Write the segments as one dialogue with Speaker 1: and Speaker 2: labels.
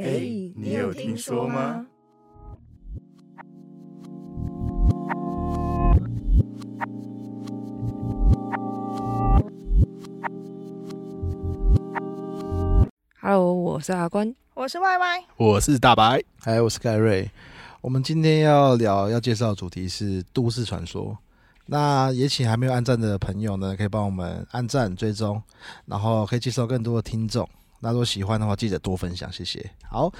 Speaker 1: 哎，你有听说吗？
Speaker 2: ？Hello，我是阿关。
Speaker 3: 我是 Y Y，
Speaker 4: 我是大白，
Speaker 5: 嗨，我是盖瑞。我们今天要聊要介绍的主题是都市传说。那也请还没有按赞的朋友呢，可以帮我们按赞追踪，然后可以介绍更多的听众。那如果喜欢的话，记得多分享，谢谢。好，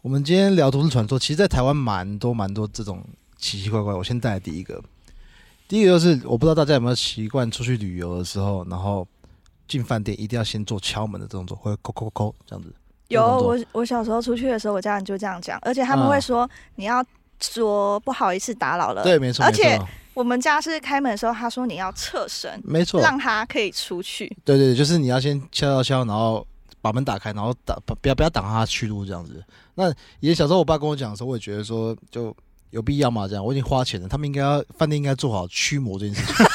Speaker 5: 我们今天聊都市传说，其实，在台湾蛮多蛮多这种奇奇怪怪。我先带来第一个，第一个就是我不知道大家有没有习惯出去旅游的时候，然后进饭店一定要先做敲门的动作，会扣扣扣这样子。
Speaker 3: 有
Speaker 5: 这种动
Speaker 3: 我
Speaker 5: 作
Speaker 3: 我小时候出去的时候，我家人就这样讲，而且他们
Speaker 5: 啊
Speaker 3: 会说你要说不好意思打扰了。
Speaker 5: 对，没错，
Speaker 3: 而
Speaker 5: 没
Speaker 3: 且
Speaker 5: 错，
Speaker 3: 我们家是开门的时候，他说你要侧身，
Speaker 5: 没错。
Speaker 3: 让他可以出去。
Speaker 5: 对对，对就是你要先敲敲敲，然后把门打开，然后挡不不要不要挡他的去路这样子。那以前小时候我爸跟我讲的时候，我也觉得说就有必要嘛这样，我已经花钱了，他们应该要饭店应该做好驱魔这件事 情，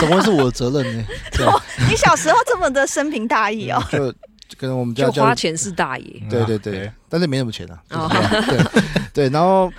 Speaker 5: 怎么会是我的责任呢？ 对嗯吧
Speaker 3: 哦你小时候这么的深平大义哦，
Speaker 5: 就就可能我们家
Speaker 2: 就
Speaker 5: 教
Speaker 2: 花
Speaker 5: 育
Speaker 2: 钱是大爷，
Speaker 5: 对对对，但是没什么钱啊。
Speaker 2: 哦
Speaker 5: 就是这 样对对，然后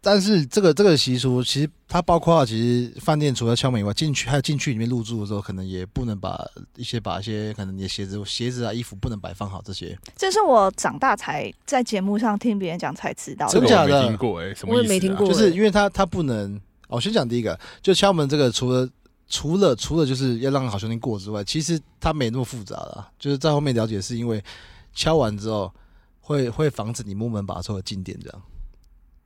Speaker 5: 但是这个这个习俗其实它包括啊其实饭店除了敲门以外，进去还有进去里面入住的时候，可能也不能把一些把一些可能你的鞋子鞋子啊衣服不能摆放好这些。
Speaker 3: 这是我长大才在节目上听别人讲才知道
Speaker 4: 这
Speaker 3: 的
Speaker 5: 真
Speaker 4: 个。
Speaker 5: 假
Speaker 4: 我
Speaker 5: 的
Speaker 4: 没听过哎，什么
Speaker 2: 我也
Speaker 4: 意思啊
Speaker 2: 没听过对
Speaker 5: 就是因为他他不能，哦我先讲第一个，就敲门这个，除了除了除了就是要让好兄弟过之外，其实他没那么复杂啦。就是在后面了解，是因为敲完之后会会防止你摸门把手的进店这样，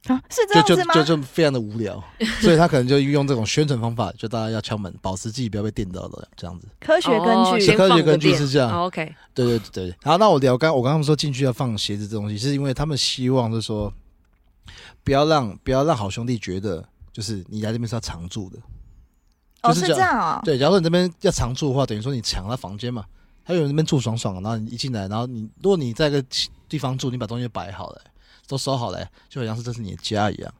Speaker 3: 啊是这样
Speaker 5: 就
Speaker 3: 子
Speaker 5: 就
Speaker 3: 吗？
Speaker 5: 就就非常的无聊， 所以他可能就运用这种宣传方法，就大家要敲门，保持自己不要被电到的这样子。
Speaker 3: 科学
Speaker 2: 哦
Speaker 3: 根据
Speaker 5: 是
Speaker 2: 先
Speaker 5: 科
Speaker 2: 放
Speaker 5: 学
Speaker 2: 个
Speaker 5: 根据
Speaker 2: 电
Speaker 5: 是这
Speaker 4: 啊
Speaker 5: 样
Speaker 2: 哦 OK，
Speaker 5: 对对对对。好，那我聊刚我刚刚说进去要放鞋子这东西，是因为他们希望是说，不要让不要让好兄弟觉得就是你来这边是要常住的。
Speaker 3: 哦，
Speaker 5: 就是是这
Speaker 3: 这样哦。
Speaker 5: 对，假如说你这边要常住的话，等于说你抢他房间嘛，他有人那边住爽爽的，然后你一进来，然后你如果你在一个地方住，你把东西摆好了，都收好了，就好像是这是你的家一样。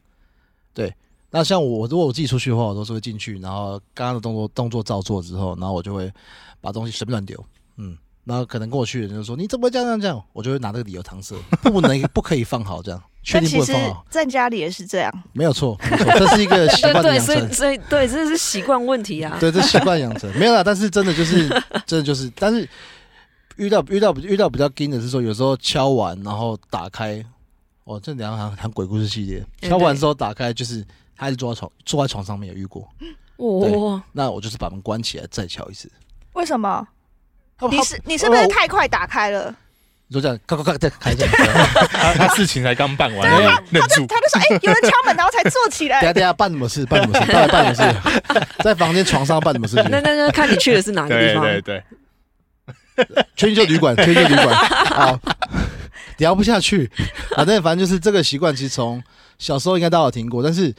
Speaker 5: 对，那像我如果我自己出去的话，我都是会进去，然后刚刚的动作动作照做之后，然后我就会把东西随便乱丢，嗯。然后可能过去的人就说你怎么会这样这样嗯这样，我就会拿这个理由搪塞，不能不可以放好这样，确
Speaker 3: 但
Speaker 5: 定
Speaker 3: 其
Speaker 5: 不能
Speaker 3: 实
Speaker 5: 放哦好，
Speaker 3: 在家里也是这样，
Speaker 5: 没有错，没有错这是一个习
Speaker 2: 对
Speaker 5: 惯的
Speaker 2: 对，
Speaker 5: 养
Speaker 2: 所
Speaker 5: 成
Speaker 2: 以。所以对，这是习惯问题 啊。
Speaker 5: 对，这习惯养成没有啦，但是真的就是，真的就是，但是遇到遇到遇到比较惊的是说，有时候敲完然后打开，哦，这两行谈鬼故事系列，
Speaker 2: 嗯
Speaker 5: 敲完
Speaker 2: 对
Speaker 5: 之后打开就是他是坐在床坐在床上面有遇过，
Speaker 2: 哇，
Speaker 5: 那我就是把门关起来再敲一次。
Speaker 3: 为什么？
Speaker 5: 他
Speaker 3: 你
Speaker 5: 他
Speaker 3: 是你是不是
Speaker 5: 哦
Speaker 3: 太快打开了？
Speaker 5: 你就这样，咔咔咔再开一下，
Speaker 4: 他他事情才刚办完，然后忍住，
Speaker 3: 他就说：“哎、有人敲门，然后才坐起
Speaker 5: 等
Speaker 3: 来。
Speaker 5: 下等下办什么事？办什么事？办办什么事？在房间床上办什么事情
Speaker 2: 那？那那看你去的是哪个地
Speaker 4: 对
Speaker 2: 方？
Speaker 4: 对对，
Speaker 5: 全球旅馆，全球旅馆，好， 聊不下去。反正反正就是这个习惯，其实从小时候应该大家有听过，但是，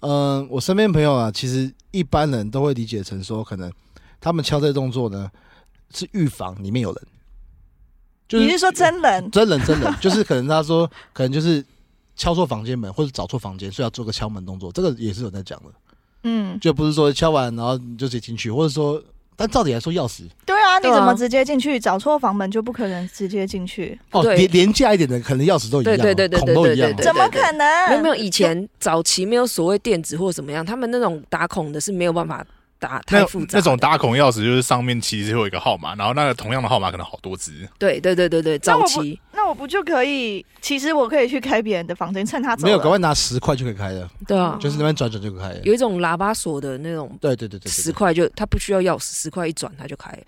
Speaker 5: 嗯、我身边朋友啊，其实一般人都会理解成说，可能他们敲这个动作呢，是预防里面有人，就
Speaker 3: 你是说真人？
Speaker 5: 真人真人，就是可能他说，可能就是敲错房间门或者找错房间，所以要做个敲门动作，这个也是有在讲的，
Speaker 3: 嗯，
Speaker 5: 就不是说敲完然后你就直接进去，或者说，但照理来说钥匙
Speaker 3: 对啊，你
Speaker 2: 对啊
Speaker 3: 怎么直接进去？找错房门就不可能直接进去，
Speaker 5: 哦，
Speaker 2: 对
Speaker 5: 廉廉价一点的，可能钥匙都一样哦，
Speaker 2: 对对对对
Speaker 5: 孔都一样
Speaker 2: 对
Speaker 5: 哦。
Speaker 2: 对对
Speaker 3: 怎么可能？
Speaker 2: 没有没有，以前早期没有所谓电子或怎么样，他们那种打孔的是没有办法打太
Speaker 4: 那
Speaker 2: 复杂的
Speaker 4: 那种打孔钥匙就是上面其实会有一个号码，然后那个同样的号码可能好多只，
Speaker 2: 对对对对对，
Speaker 3: 那
Speaker 2: 早
Speaker 3: 我不
Speaker 2: 期
Speaker 3: 那我不就可以？其实我可以去开别人的房间，趁他走
Speaker 5: 没有，赶
Speaker 3: 了。
Speaker 5: 快拿十块就可以开
Speaker 3: 哦
Speaker 5: 了，
Speaker 2: 对啊，
Speaker 5: 就是那边转转就可以开了。
Speaker 2: 有一种喇叭锁的那种
Speaker 5: 对对对对对，
Speaker 2: 十块就它不需要钥匙，十块一转它就开了。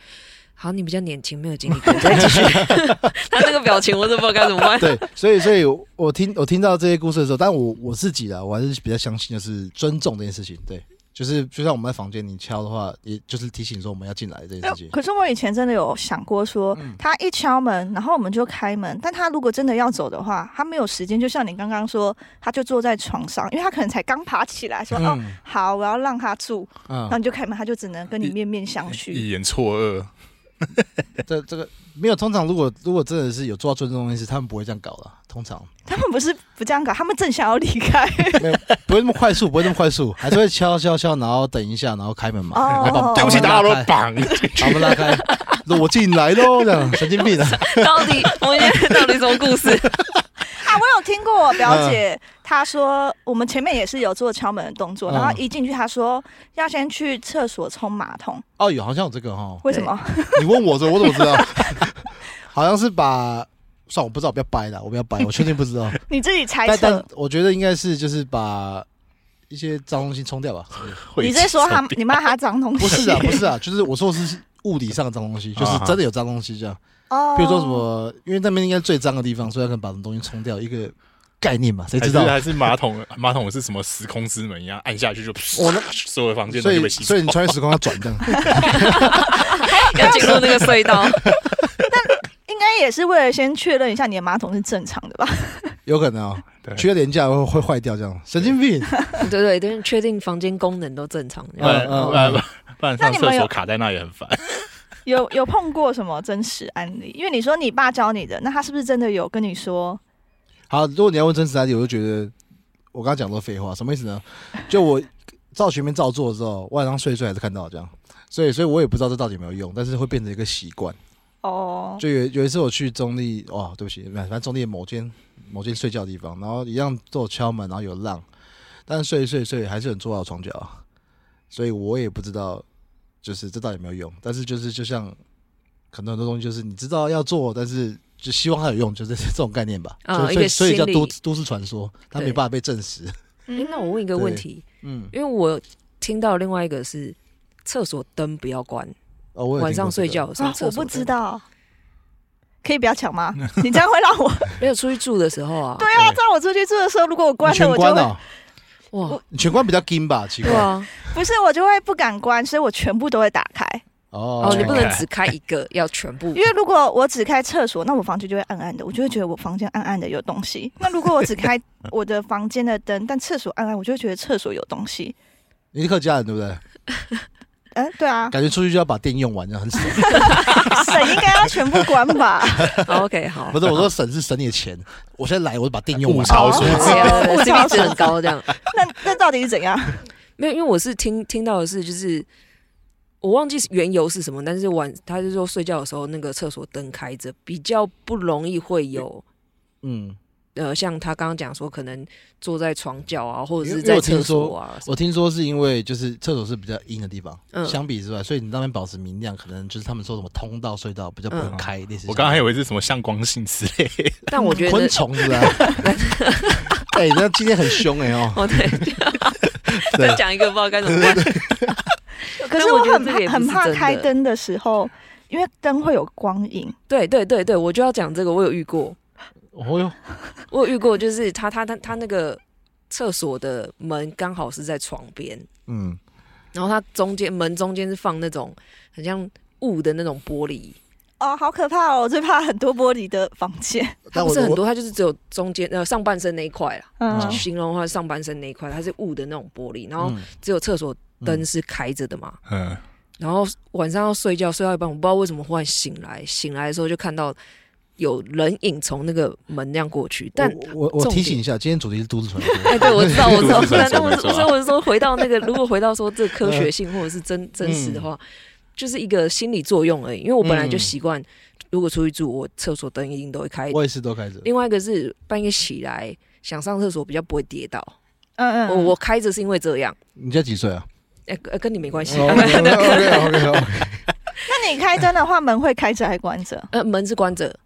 Speaker 2: 好，你比较年轻，没有经历过，再继续。 他那个表情，我都不知道该怎么办。
Speaker 5: 对，所以所以我听我听到这些故事的时候，但我我自己啦，我还是比较相信就是尊重这件事情。对，就是就像我们在房间你敲的话，也就是提醒说我们要进来这件事情。
Speaker 3: 可是我以前真的有想过说，
Speaker 2: 嗯
Speaker 3: 他一敲门，然后我们就开门。但他如果真的要走的话，他没有时间。就像你刚刚说，他就坐在床上，因为他可能才刚爬起来，说：“哦，
Speaker 5: 嗯
Speaker 3: 好，我要让他住。”然后
Speaker 5: 嗯，
Speaker 3: 你就开门，他就只能跟你面面相觑。
Speaker 2: 嗯
Speaker 4: 一眼错愕，
Speaker 5: 这这个没有。通常如果如果真的是有做到尊重这件事，他们不会这样搞啦。通常
Speaker 3: 他们不是不这样搞，他们正想要离开。
Speaker 5: 不会那么快速，不会那么快速，还是会敲敲敲，然后等一下，然后开门嘛。
Speaker 3: 哦
Speaker 5: 然后把
Speaker 4: 对不起，打扰
Speaker 5: 把
Speaker 4: 了，绑，
Speaker 5: 把门拉开，说我进来喽，这样神经病啊！
Speaker 2: 到底我们今天到底什么故事？
Speaker 3: 听过啊我表姐，她说我们前面也是有做敲门的动作，
Speaker 5: 嗯
Speaker 3: 然后一进去她说要先去厕所冲马桶，，
Speaker 5: 哦，有好像有这个哈
Speaker 3: 为什么？
Speaker 5: 你问我这我怎么知道？好像是把。算了我不知道，不要掰了，我不要掰，我确定不知道。
Speaker 3: 你自己猜
Speaker 5: 但
Speaker 3: 测
Speaker 5: 但。我觉得应该是就是把一些脏东西冲掉吧。
Speaker 4: 会
Speaker 3: 你在说她
Speaker 4: 生病
Speaker 3: 你骂她脏东西？
Speaker 5: 啊不是啊，不是啊，就是我说的是物理上的脏东西，就是真的有脏东西这样。
Speaker 3: 哦
Speaker 5: 比如说什？么，因为那边应该最脏的地方，所以他可能把什么东西冲掉，一个概念嘛，谁
Speaker 4: 还
Speaker 5: 知
Speaker 4: 是
Speaker 5: 道？
Speaker 4: 还是马桶，马桶是什么时空之门一样，按下去就
Speaker 5: 我那
Speaker 4: 所有房间都
Speaker 5: 所
Speaker 4: 被
Speaker 5: 以
Speaker 4: 吸
Speaker 5: 所以你穿越时空要转这样，
Speaker 2: 要进入那个隧道，
Speaker 3: 应该也是为了先确认一下你的马桶是正常的吧？
Speaker 5: 有可能啊、
Speaker 4: 对
Speaker 5: 缺廉价会会坏掉这样，神经病。
Speaker 2: 对对，但是确定房间功能都正常。
Speaker 4: 不然
Speaker 5: 嗯嗯
Speaker 4: 不然不然
Speaker 3: 那
Speaker 4: 上
Speaker 3: 你们
Speaker 4: 厕
Speaker 3: 有
Speaker 4: 所卡在那也很烦。
Speaker 3: 有有碰过什么真实案例？因为你说你爸教你的，那他是不是真的有跟你说？
Speaker 5: 好，如果你要问真实案例，我就觉得我刚刚讲的废话，什么意思呢？就我照全面照做的时候，晚上睡一睡还是看到这样，所以所以我也不知道这到底有没有用，但是会变成一个习惯。
Speaker 3: 哦，
Speaker 5: 就有有一次我去中立，哦，对不起，反正中立的某间某间睡觉的地方，然后一样都有敲门，然后有浪，但是睡一睡一睡还是有人坐到我床角啊，所以我也不知道就是这到底有没有用，但是就是就像可能很多东西就是你知道要做，但是就希望它有用，就是这种概念吧。
Speaker 2: 啊
Speaker 5: 就
Speaker 2: 一
Speaker 5: 所
Speaker 2: 个
Speaker 5: 以所以叫
Speaker 2: 心理
Speaker 5: 都都市传说，它没
Speaker 2: 对
Speaker 5: 办法被证实。
Speaker 2: 哎，那我问一个问题，
Speaker 5: 嗯，
Speaker 2: 因为我听到另外一个是厕所灯不要关，
Speaker 5: 哦，我有听过
Speaker 2: 晚上睡
Speaker 5: 这个
Speaker 2: 觉上
Speaker 3: 啊，
Speaker 2: 厕
Speaker 3: 我
Speaker 2: 所
Speaker 3: 不知
Speaker 2: 灯。
Speaker 3: 道，可以不要抢 吗？你这样会让我 ，
Speaker 2: 没有出去住的时候啊
Speaker 3: 对啊，在我出去住的时候，如果我关
Speaker 5: 你
Speaker 3: 了，我
Speaker 5: 全
Speaker 3: 就
Speaker 5: 关
Speaker 3: 会、
Speaker 5: 了，
Speaker 2: 哇，
Speaker 5: 你全关比较金吧，奇怪
Speaker 2: 对啊，
Speaker 3: 不是我就会不敢关，所以我全部都会打开。
Speaker 5: 哦
Speaker 2: 哦，你不能
Speaker 4: 全开
Speaker 2: 只开一个，要全部
Speaker 3: 因。为如果我只开厕所，那我房间就会暗暗的，我就会觉得我房间暗暗的有东西。那如果我只开我的房间的灯，但厕所暗暗，我就会觉得厕所有东西。
Speaker 5: 你是客家人对不对？
Speaker 3: 嗯，对 啊，
Speaker 5: 感觉出去就要把电用完，这样很爽。
Speaker 3: 省应该要全部关吧？
Speaker 2: 好 OK，好
Speaker 5: 不，是，我说省是省你的钱，我现在来我就把电用
Speaker 4: 物
Speaker 5: 完。
Speaker 4: 超所
Speaker 2: 对
Speaker 4: 值，
Speaker 2: 啊对啊
Speaker 3: 我
Speaker 2: ，CP 值很高这样。
Speaker 3: 那那到底是怎样？
Speaker 2: 没有，因为我是听听到的是，就是我忘记缘由是什么，但是晚他就说睡觉的时候那个厕所灯开着，比较不容易会有
Speaker 5: 嗯，
Speaker 2: 呃，像他刚刚讲说，可能坐在床角啊，或者
Speaker 5: 因
Speaker 2: 是
Speaker 5: 为
Speaker 2: 在厕所啊，
Speaker 5: 我听说是因为就是厕所是比较阴的地方，
Speaker 2: 嗯
Speaker 5: 相比之外，所以你那边保持明亮，可能就是他们说什么通道、隧道比较不会开，类似像。
Speaker 4: 我刚刚还以为是什么向光性之类，
Speaker 2: 但我觉
Speaker 5: 昆
Speaker 2: 得
Speaker 5: 虫是吧？哎，那今天很凶哎哦，
Speaker 2: 哦，对， 再讲一个不知道该怎么办。
Speaker 3: 可是
Speaker 2: 但我觉得
Speaker 3: 很
Speaker 2: 这个也
Speaker 3: 怕
Speaker 2: 不是
Speaker 3: 很怕
Speaker 2: 真的
Speaker 3: 开灯的时候，因为灯会有光影。
Speaker 2: 对对对对，我就要讲这个，我有遇过，
Speaker 5: 哦哟，
Speaker 2: 我有遇过，就是他他他他那个厕所的门刚好是在床边，
Speaker 5: 嗯，
Speaker 2: 然后它中间门中间是放那种很像雾的那种玻璃，
Speaker 3: 哦，好可怕哦！我最怕很多玻璃的房 间。
Speaker 2: 它
Speaker 5: 但
Speaker 2: 不
Speaker 5: 我
Speaker 2: 是很
Speaker 5: 我
Speaker 2: 多，它就是只有中间呃上半身那一块啦。
Speaker 3: 嗯，
Speaker 5: 嗯
Speaker 2: 形容的话，上半身那一块它是雾的那种玻璃，然后
Speaker 5: 嗯
Speaker 2: 只有厕所灯是开着的嘛。
Speaker 4: 嗯，
Speaker 2: 然后晚上要睡觉，睡到一半，我不知道为什么忽然醒来，醒来的时候就看到有人影从那个门那样过去，但。
Speaker 5: 我我我
Speaker 2: 重点
Speaker 5: 提醒一下，今天主题是都市传说。
Speaker 2: 哎，对，我知道，我知 道，嗯
Speaker 4: 是是是
Speaker 2: 但但我是
Speaker 4: 没错啊
Speaker 2: 所以我是说，回到那个，如果回到说这科学性或者是真真实的话，就是一个心理作用而已。因为我本来就
Speaker 5: 嗯
Speaker 2: 习惯，如果出去住，我厕所灯一定都会开
Speaker 5: 我也是都开着，
Speaker 2: 另外一个是半夜起来想上厕所比较不会跌倒。
Speaker 3: 嗯
Speaker 2: 我我开着是因为这样，
Speaker 5: 你家几岁啊
Speaker 2: 哎、跟呃跟你没关系。
Speaker 5: ？OK OK，
Speaker 3: 那你开灯的话，门会开着还关着？
Speaker 2: 呃，门是关着，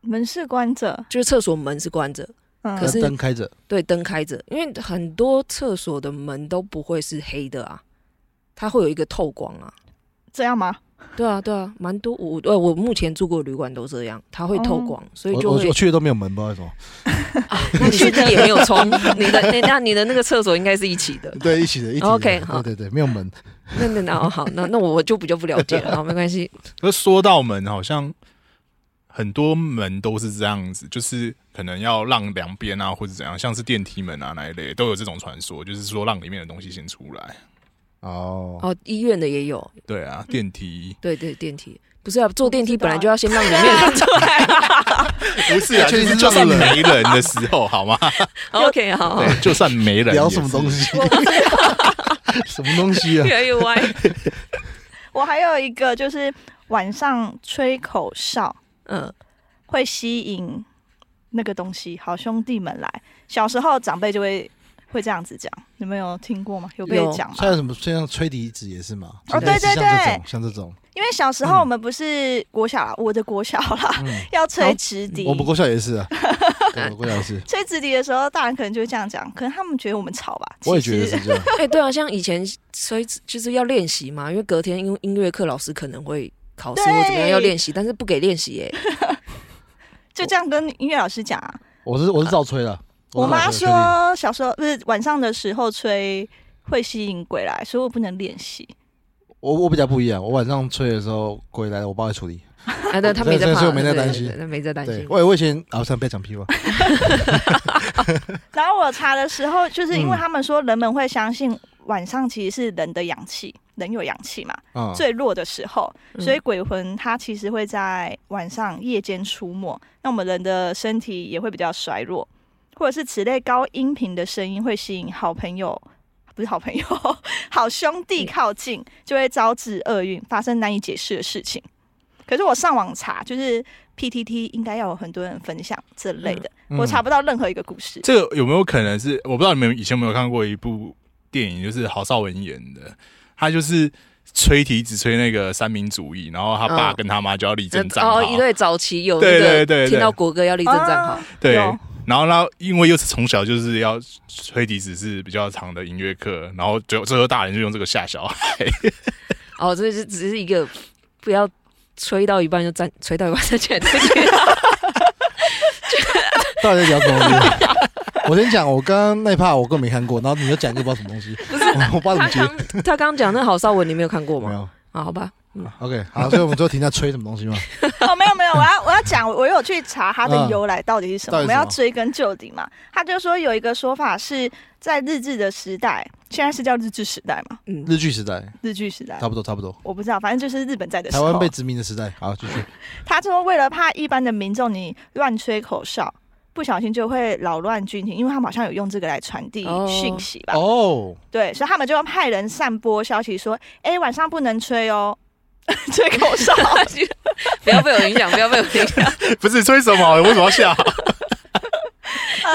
Speaker 3: 门是关着。
Speaker 2: 就是厕所门是关着，
Speaker 3: 嗯，
Speaker 2: 可是
Speaker 5: 灯开着，
Speaker 2: 对，灯开着，因为很多厕所的门都不会是黑的啊，它会有一个透光啊。
Speaker 3: 这样吗？
Speaker 2: 对啊，对啊，蛮多我呃我目前住过的旅馆都这样，它会透光，所以
Speaker 5: 我
Speaker 2: 就
Speaker 5: 我
Speaker 2: 会
Speaker 5: 我去的都没有门，不知道为什么。
Speaker 2: 哦啊，那你是不是也没 有冲？你的那那你的那个厕所应该是一起 的，
Speaker 5: 对，一起的，一起的。
Speaker 2: OK，好
Speaker 5: 对对对，没有门。
Speaker 2: 那那那哦好，那那我就比较不了解了，好没关系，
Speaker 4: 可是说到门，好像很多门都是这样子，就是可能要让两边啊，或者怎样，像是电梯门啊那一类，都有这种传说，就是说让里面的东西先出来。
Speaker 5: 哦，
Speaker 2: 哦医院的也有，
Speaker 4: 对啊，电梯
Speaker 2: 对对，电梯不是啊，坐电梯
Speaker 3: 我不知道
Speaker 2: 本来就要先让里 面人出来啊。
Speaker 4: 不是啊，就
Speaker 5: 确定
Speaker 4: 是
Speaker 5: 是
Speaker 4: 就算
Speaker 5: 让人
Speaker 4: 没人的时候，好吗？
Speaker 2: OK，好，好
Speaker 4: 对，就算没人，
Speaker 5: 聊什么 东？西？什么东西啊
Speaker 2: 越？来越歪。
Speaker 3: 我还有一个就是晚上吹口哨
Speaker 2: 嗯，
Speaker 3: 会吸引那个东西，好兄弟们来。小时候长辈就会会这样子讲，你们有听过吗？有被
Speaker 2: 有
Speaker 3: 讲吗？
Speaker 5: 像什么，像吹笛子也是嘛。
Speaker 3: 哦
Speaker 5: 就类
Speaker 3: 对
Speaker 5: 似
Speaker 3: 对
Speaker 5: 像这
Speaker 3: 对
Speaker 5: 种，像这种，
Speaker 3: 因为小时候我们不是国小啦，我的国小啦，
Speaker 5: 嗯，
Speaker 3: 要吹直笛。
Speaker 5: 我们国小也 是啊，对我们国小也是，
Speaker 3: 吹直笛的时候，大人可能就会这样讲，可能他们觉得我们吵吧。
Speaker 5: 我也
Speaker 3: 其
Speaker 5: 觉得
Speaker 3: 实
Speaker 5: 是这样。
Speaker 2: 哎、对啊，像以前所以就是要练习嘛，因为隔天音音乐课老师可能会考试
Speaker 3: 对
Speaker 2: 或怎么样要练习，但是不给练习耶、
Speaker 3: 就这样跟音乐老师讲啊。
Speaker 5: 我是我是照吹了。
Speaker 3: 我
Speaker 5: 是照
Speaker 3: 妈
Speaker 5: 吹的
Speaker 3: 说小时候不是晚上的时候吹会吸引鬼来，所以我不能练习。
Speaker 5: 我我比较不一样，我晚上吹的时候鬼来，我爸会处理。
Speaker 2: 啊，对，他没在
Speaker 5: 所以
Speaker 2: 怕，
Speaker 5: 所以我没在
Speaker 2: 对
Speaker 5: 担心
Speaker 2: 对对没在担
Speaker 5: 对
Speaker 2: 心，。
Speaker 5: 我我以前啊，算了不要讲屁话，
Speaker 3: 然后我查的时候，就是因为
Speaker 5: 嗯
Speaker 3: 他们说人们会相信晚上其实是人的氧气，人有氧气嘛，
Speaker 5: 啊，
Speaker 3: 最弱的时候，
Speaker 2: 嗯
Speaker 3: 所以鬼魂它其实会在晚上夜间出没，那我们人的身体也会比较衰弱，或者是此类高音频的声音会吸引好朋友。不是好朋友， 好兄弟靠近，就会招致厄运，发生难以解释的事情。可是我上网查，就是 PTT 应该要有很多人分享这类的，
Speaker 5: 嗯
Speaker 3: 我查不到任何一个故事。
Speaker 4: 这个有没有可能是我不知道你们以前有没有看过一部电影，就是郝邵文演的，他就是吹笛子吹那个三民主义，然后他爸
Speaker 2: 嗯
Speaker 4: 跟他妈就要立
Speaker 2: 那
Speaker 4: 正站好，
Speaker 2: 哦，一对早期有那
Speaker 4: 对
Speaker 2: 个
Speaker 4: 对对对
Speaker 2: 听到国歌要立正站好
Speaker 3: 啊，
Speaker 4: 对
Speaker 3: 有。
Speaker 4: 然后呢，因为又是从小就是要吹笛子是比较长的音乐课，然后最后最后大人就用这个吓小孩。
Speaker 2: 哦，这是只是一个不要吹到一半就站，吹到一半就 站出去。
Speaker 5: 到底在聊什么东西？ 我先讲，我刚刚那一趴我根本没看过，然后你就讲一个不知道什么东西，
Speaker 2: 不是
Speaker 5: 我我不知道怎
Speaker 2: 他
Speaker 5: 么接。
Speaker 2: 刚他刚讲那郝邵文，你没有看过
Speaker 5: 没
Speaker 2: 吗？
Speaker 5: 有
Speaker 2: 啊，好吧，
Speaker 5: ，OK，好，所以我们最后停在吹什么东西吗？
Speaker 3: 哦，没有没有，我要我要讲，我有去查它的
Speaker 5: 嗯
Speaker 3: 由来到底是什么，
Speaker 5: 到底
Speaker 3: 我
Speaker 5: 是
Speaker 3: 们
Speaker 5: 什么
Speaker 3: 要追根究底嘛。他就说有一个说法是在日治的时代，现在是叫日治时代嘛，
Speaker 2: 嗯，
Speaker 5: 日剧时代，
Speaker 3: 日据时代
Speaker 5: 差，不多，差不多。
Speaker 3: 我不知道，反正就是日本在的时
Speaker 5: 台湾
Speaker 3: 候
Speaker 5: 被，殖民的时代，好，继续。
Speaker 3: 他说为了怕一般的民众你乱吹口哨。不小心就会扰乱军情，因为他们好像有用这个来传递
Speaker 2: 哦
Speaker 3: 讯息吧
Speaker 5: 哦，
Speaker 3: 对，所以他们就派人散播消息说，哎、晚上不能吹哦，吹口 哨，
Speaker 2: 不要被我影响，不要被我影响。
Speaker 4: 不是吹什么？为什么要吓？
Speaker 3: 呃，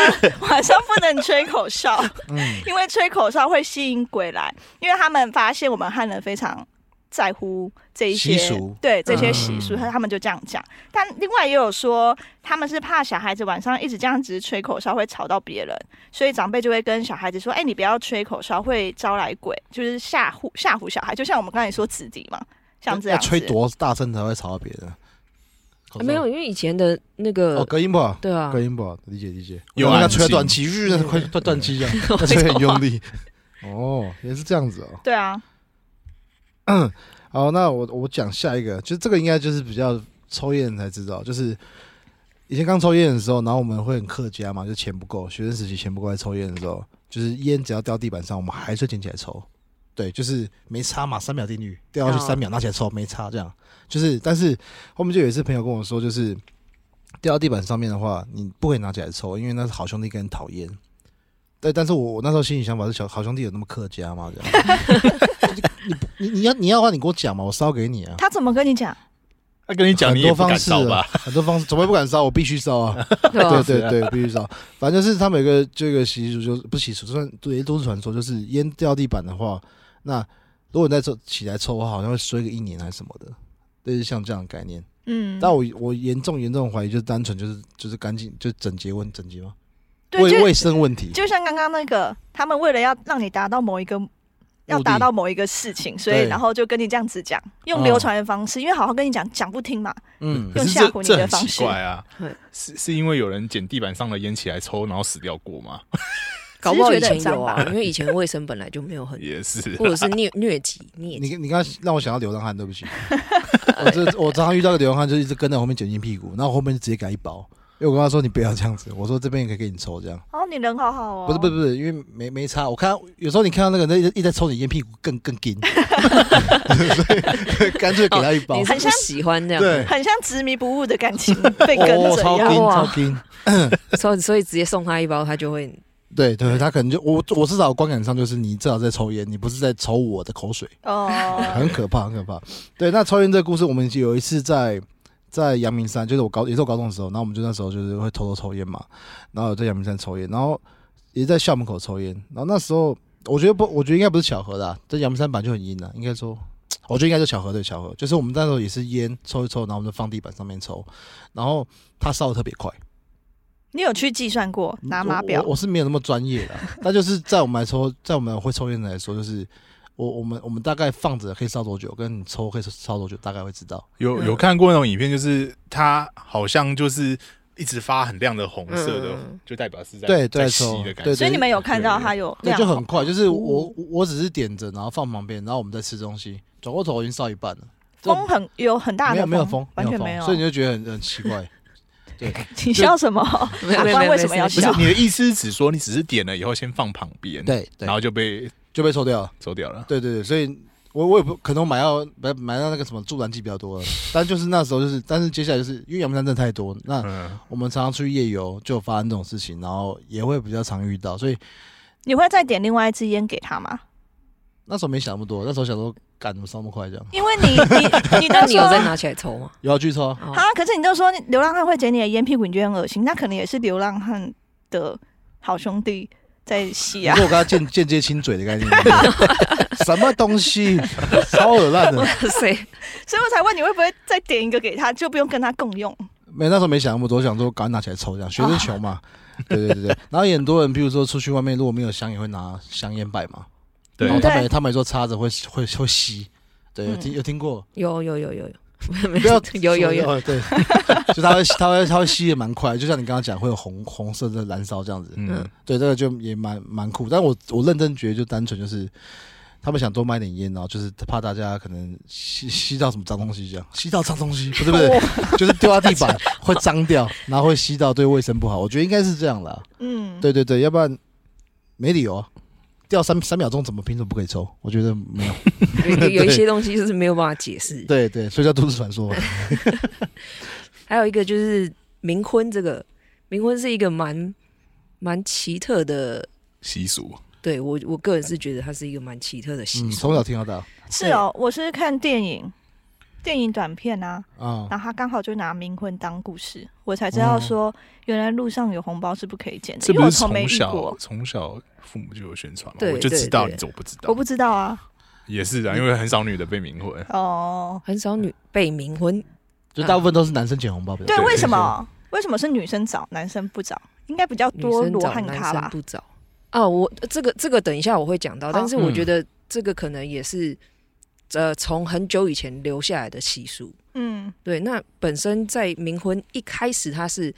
Speaker 3: 晚上不能吹口哨。
Speaker 5: 嗯，
Speaker 3: 因为吹口哨会吸引鬼来，因为他们发现我们汉人非常在乎这一些
Speaker 5: 习俗
Speaker 3: 对这些习俗，
Speaker 5: 嗯
Speaker 3: 他们就这样讲。但另外也有说，他们是怕小孩子晚上一直这样子吹口哨会吵到别人，所以长辈就会跟小孩子说：“哎、你不要吹口哨，会招来鬼，就是吓唬吓唬小孩。”就像我们刚才说子弟嘛，像这
Speaker 5: 哎要
Speaker 3: 样子
Speaker 5: 吹多大声才会吵到别人？口哨
Speaker 2: 呃没有，因为以前的那
Speaker 5: 哦，
Speaker 2: 个，
Speaker 5: 隔音不好，
Speaker 2: 对啊
Speaker 5: 隔，音不好，理解理解。
Speaker 4: 有
Speaker 5: 我刚刚
Speaker 4: 安静
Speaker 5: 吹短期日，那快断 断 气这样，那吹很用力。哦，也是这样子哦。
Speaker 3: 对啊，
Speaker 5: 好，那我我讲下一个，就这个应该就是比较抽烟才知道，就是以前刚抽烟的时候，然后我们会很客家嘛，就钱不够，学生时期钱不够，在抽烟的时候，就是烟只要掉地板上，我们还是会捡起来抽。对，就是没差嘛，三秒定律，掉下去
Speaker 2: 哦
Speaker 5: 三秒，拿起来抽，没差这样。就是，但是后面就有一次朋友跟我说，就是掉到地板上面的话，你不可以拿起来抽，因为那是好兄弟跟人讨厌。对，但是我我那时候心里想法是小好兄弟有那么客家吗？这样， 你你你要你要的话，你给我讲嘛，我烧给你啊。
Speaker 3: 他怎么跟你讲？
Speaker 4: 他跟你讲，你
Speaker 5: 很
Speaker 4: 也不
Speaker 5: 多方
Speaker 4: 敢
Speaker 5: 式
Speaker 4: 烧吧
Speaker 5: 啊？，很多方式，怎么会不敢烧？我必须烧 啊！
Speaker 2: 对
Speaker 5: 对
Speaker 2: 吧？
Speaker 5: 对对，必须烧。反正就是他们有一个这个习俗，就是不习俗，算对都市传说，就是烟掉地板的话，那如果你再抽起来抽的话，好像会摔个一年还是什么的，类似像这样的概念。
Speaker 3: 嗯，
Speaker 5: 但我我严重严重怀疑，就是单纯就是就是干净，就整洁问整洁吗？
Speaker 3: 对，
Speaker 5: 卫
Speaker 3: 就
Speaker 5: 卫生问题。
Speaker 3: 就像刚刚那个，他们为了要让你达到某一个要
Speaker 5: 目的
Speaker 3: 达到某一个事情，所以
Speaker 5: 对
Speaker 3: 然后就跟你这样子讲，用
Speaker 5: 哦
Speaker 3: 流传的方式，因为好好跟你讲，讲不听嘛。
Speaker 5: 嗯，
Speaker 4: 可是
Speaker 3: 用吓
Speaker 4: 这
Speaker 3: 唬你
Speaker 4: 这
Speaker 3: 的
Speaker 4: 很
Speaker 3: 方式
Speaker 4: 奇怪啊
Speaker 2: 对，
Speaker 4: 是是因为有人捡地板上的烟起来抽，然后死掉过吗？
Speaker 2: 搞不好以
Speaker 3: 只是
Speaker 2: 前
Speaker 3: 觉得
Speaker 2: 有
Speaker 3: 很
Speaker 2: 啊，因为以前卫生本来就没有很，
Speaker 4: 也 是
Speaker 2: 或者是疟疟疾、疟疾。
Speaker 5: 你你刚刚让我想到流浪汉，对不起，我这我常常遇到个流浪汉，就一直跟在我后面捡进屁股，然后我后面就直接给他一包，因为我跟他说你不要这样子，我说这边也可以给你抽这样，
Speaker 3: 哦，你人好好哦，
Speaker 5: 不是不是不是，因为没没差，我看到有时候你看到那个人一直一直在抽你烟屁股更更紧， 所以干脆给他一包
Speaker 2: 你，是不
Speaker 3: 很像
Speaker 2: 喜欢这样，
Speaker 5: 对，
Speaker 3: 很像执迷不悟的感情被跟
Speaker 5: 哦
Speaker 3: 着
Speaker 5: 超
Speaker 3: 一
Speaker 5: 紧
Speaker 3: 样。
Speaker 2: 哇
Speaker 5: 超紧，
Speaker 2: 所以所以直接送他一包，他就会
Speaker 5: 对对，他可能就我我至少观感上就是你至少在抽烟，你不是在抽我的口水。
Speaker 3: 哦，
Speaker 5: 很可怕，很可怕。对，那抽烟这个故事，我们有一次在在阳明山，就是我高也是我高中的时候，然后我们就那时候就是会偷偷抽烟嘛，然后在阳明山抽烟，然后也在校门口抽烟，然后那时候我觉得不，我觉得应该不是巧合啦，在阳明山本来就很阴啊啦，应该说。我觉得应该是巧合，对巧合，就是我们那时候也是烟抽一抽，然后我们就放地板上面抽，然后它烧的特别快。
Speaker 3: 你有去计算过拿码表
Speaker 5: 我我？我是没有那么专业 的，那就是在我们来说，在我们会抽烟的来说，就是我我们我们大概放着可以烧多久，跟你抽可以烧多久，大概会知道。
Speaker 4: 有有看过那种影片，就是它好像就是一直发很亮的红色的，
Speaker 2: 嗯
Speaker 4: 就代表是在
Speaker 5: 对对
Speaker 4: 在吸的感觉。
Speaker 5: 对对
Speaker 3: 所以你们有看到它有
Speaker 5: 对，
Speaker 3: 亮
Speaker 5: 就
Speaker 3: 吗？
Speaker 5: 很快，就是
Speaker 3: 哦
Speaker 5: 我我只是点着，然后放旁边，然后我们在吃东西，转过头已经烧一半了，这
Speaker 3: 风很有很大的
Speaker 5: 没有没有风，
Speaker 3: 完全
Speaker 5: 没
Speaker 3: 没
Speaker 5: 有
Speaker 3: 有。
Speaker 5: 风，所以你就觉得很很奇怪。
Speaker 3: 你笑什么？
Speaker 2: 没有
Speaker 3: 法
Speaker 2: 没有
Speaker 3: 官
Speaker 2: 没有
Speaker 3: 为什么要
Speaker 4: 不
Speaker 2: 没
Speaker 4: 是
Speaker 2: 有
Speaker 3: 笑？
Speaker 4: 你的意思是指说你只是点了以后先放旁边，，
Speaker 5: 对对
Speaker 4: 然，后就被
Speaker 5: 就被抽掉了。
Speaker 4: 抽掉了。
Speaker 5: 对对对，所以我我也不可能买到买买到那个什么助燃剂比较多了，但就是那时候就是，但是接下来就是因为阳明山真的太多，那
Speaker 4: 嗯，
Speaker 5: 我们常常出去夜游就有发生这种事情，然后也会比较常遇到，所以
Speaker 3: 你会再点另外一支烟给他吗？
Speaker 5: 那时候没想那么多，那时候想说赶怎么烧那么快这样，
Speaker 3: 因为你你你
Speaker 2: 那
Speaker 3: 都
Speaker 2: 你有
Speaker 3: 说
Speaker 2: 再拿起来抽吗？
Speaker 5: 有要去抽啊，
Speaker 2: 哦
Speaker 3: 啊，可是你都说流浪汉会捡你的烟屁股，你觉得很恶心，那可能也是流浪汉的好兄弟在吸
Speaker 5: 你
Speaker 3: 啊
Speaker 5: 说。我跟他间间接亲嘴 的概念，什么东西，超恶烂的
Speaker 2: 哇。塞，
Speaker 3: 所以我才问你会不会再点一个给他，就不用跟他共用。
Speaker 5: 没，那时候没想那么多，想说赶快拿起来抽，这样学生穷
Speaker 2: 啊
Speaker 5: 嘛。对对对对，然后也很多人，比如说出去外面如果没有香，也会拿香烟摆嘛。
Speaker 4: 对
Speaker 5: 然后
Speaker 3: 对
Speaker 5: 他们也他们也说插着会会会吸，对，有
Speaker 3: 嗯
Speaker 5: 听有 听过，
Speaker 2: 有有有有有，没
Speaker 5: 不要
Speaker 2: 有有有有，
Speaker 5: 有，对， 就他会他会他会吸的蛮快，就像你刚刚讲会有红红色的燃烧这样子，
Speaker 4: 嗯，
Speaker 5: 对，这个就也蛮蛮酷。但我我认真觉得就单纯就是。他们想多卖点烟，然后就是怕大家可能吸吸到什么脏东西，这样吸到脏东西，不是不是，
Speaker 2: 哦
Speaker 5: 就是丢到地板会脏掉，然后会吸到，对卫生不好。我觉得应该是这样啦。
Speaker 3: 嗯，
Speaker 5: 对对对，要不然没理由啊。掉三三秒钟怎么凭什么不可以抽？我觉得 没有。
Speaker 2: 有有有一些东西就是没有办法解释。
Speaker 5: 对对，所以叫都市传说。
Speaker 2: 还有一个就是冥婚，这个冥婚是一个蛮蛮奇特的，
Speaker 4: 习俗
Speaker 2: 对我我个人是觉得它是一个蛮奇特的习
Speaker 5: 嗯，
Speaker 2: 俗。
Speaker 5: 从小听到大
Speaker 3: 是哦，我是看电影，电影短片啊，
Speaker 5: 啊。
Speaker 3: 然后他刚好就拿冥婚当故事，我才知道说原来路上有红包是不可以捡的，
Speaker 4: 这
Speaker 3: 因为
Speaker 4: 不
Speaker 3: 我
Speaker 4: 是
Speaker 3: 从没
Speaker 4: 从
Speaker 3: 遇过
Speaker 4: 小，从小父母就有宣传嘛？
Speaker 2: 对
Speaker 4: 我就知道，
Speaker 2: 对对
Speaker 4: 你怎么不知
Speaker 3: 我
Speaker 4: 道？
Speaker 3: 不知道啊。
Speaker 4: 也是啊，因为很少女的被冥婚。
Speaker 3: 哦，
Speaker 2: 很少女被冥婚，
Speaker 5: 就大部分都是男生捡红包比较
Speaker 3: 对
Speaker 5: 多。，
Speaker 3: 为什么？为什么是女生找，男生不找？应该比较
Speaker 2: 女
Speaker 3: 多
Speaker 2: 生
Speaker 3: 罗
Speaker 2: 找
Speaker 3: 汉
Speaker 2: 男
Speaker 3: 咖
Speaker 2: 生
Speaker 3: 吧？
Speaker 2: 不找。哦，我这个这个等一下我会讲到，
Speaker 3: 好
Speaker 2: 但是我觉得这个可能也是呃从很久以前留下来的习俗。
Speaker 3: 嗯，
Speaker 2: 对，那本身在冥婚一开始，他是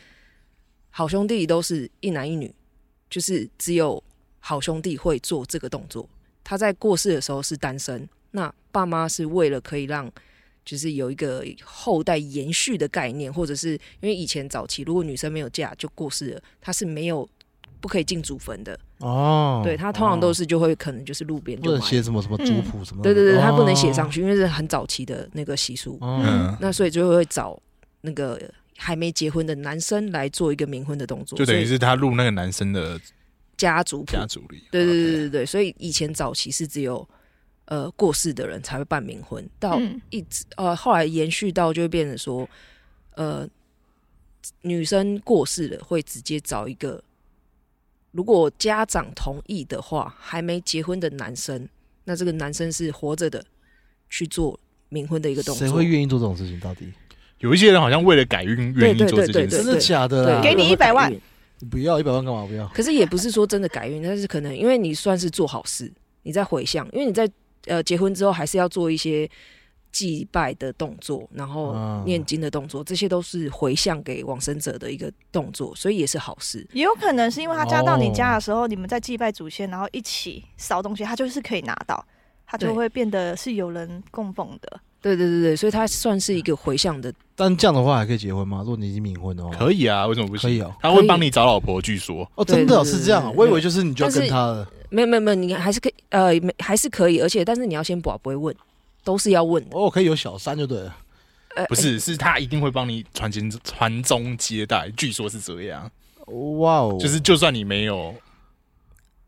Speaker 2: 好兄弟都是一男一女，就是只有好兄弟会做这个动作。他在过世的时候是单身，那爸妈是为了可以让就是有一个后代延续的概念，或者是因为以前早期如果女生没有嫁就过世了，她是没有不可以进祖坟的，
Speaker 5: 哦，
Speaker 2: 对她通常都
Speaker 5: 是
Speaker 2: 是就会可能就是路边
Speaker 5: 不
Speaker 2: 就
Speaker 5: 能
Speaker 2: 买，
Speaker 5: 写什么什么族谱什么的。
Speaker 2: 嗯对对对，她不能写
Speaker 5: 哦
Speaker 2: 上。去，因为是很早期的那个习俗。
Speaker 5: 嗯，
Speaker 4: 嗯，
Speaker 2: 那所以就会找那个还没结婚的男生来做一个冥婚的动作，
Speaker 4: 就等于
Speaker 2: 所以
Speaker 4: 是他入那个男生的
Speaker 2: 家族谱
Speaker 4: 家。族里。
Speaker 2: 对对对
Speaker 4: OK，
Speaker 2: 对对，所以以前早期是只有呃过世的人才会办冥婚，到
Speaker 3: 嗯
Speaker 2: 一直、呃后来延续到就会变成说，呃女生过世了会直接找一个，如果家长同意的话，还没结婚的男生，那这个男生是活着的去做冥婚的一个动作。
Speaker 5: 谁会愿意做这种事情？到底
Speaker 4: 有一些人好像为了改运，愿意
Speaker 2: 对对
Speaker 4: 做这件
Speaker 2: 对
Speaker 5: 真
Speaker 4: 事。
Speaker 5: 的假的啦？
Speaker 4: 啊
Speaker 2: 对，
Speaker 3: 给你
Speaker 2: 会改
Speaker 3: 100万
Speaker 2: 运
Speaker 5: 不要一百万干嘛？不要。
Speaker 2: 可是也不是说真的改运，但是可能因为你算是做好事，你在回向，因为你在呃结婚之后还是要做一些祭拜的动作，然后
Speaker 5: 嗯
Speaker 2: 念经的动作，这些都是回向给往生者的一个动作，所以也是好事。
Speaker 3: 也有可能是因为他嫁到你家的时候，你们在祭拜祖先，然后一起烧东西，他就是可以拿到，他就
Speaker 2: 对
Speaker 3: 会变得是有人供奉的。
Speaker 2: 对对对对，所以它算是一个回向的，
Speaker 5: 但这样的话还可以结婚吗？如果你已经冥婚的话，
Speaker 4: 可以啊，为什么不行？
Speaker 5: 可以哦。
Speaker 4: 他会帮你找老婆，据说
Speaker 5: 哦，真的哦
Speaker 2: 对对对
Speaker 5: 是这样啊，
Speaker 2: 对对
Speaker 5: 我以为就是你就要
Speaker 2: 但
Speaker 5: 跟
Speaker 2: 是
Speaker 5: 他了。
Speaker 2: 没有没有没有，你还是可以呃没还是可以，而且但是你要先保不会问，都是要问的。
Speaker 5: 哦，可以有小三就对了。
Speaker 2: 呃，
Speaker 4: 不是，是他一定会帮你传经传宗接代，据说是这样。
Speaker 5: 哇哦，
Speaker 4: 就是就算你没有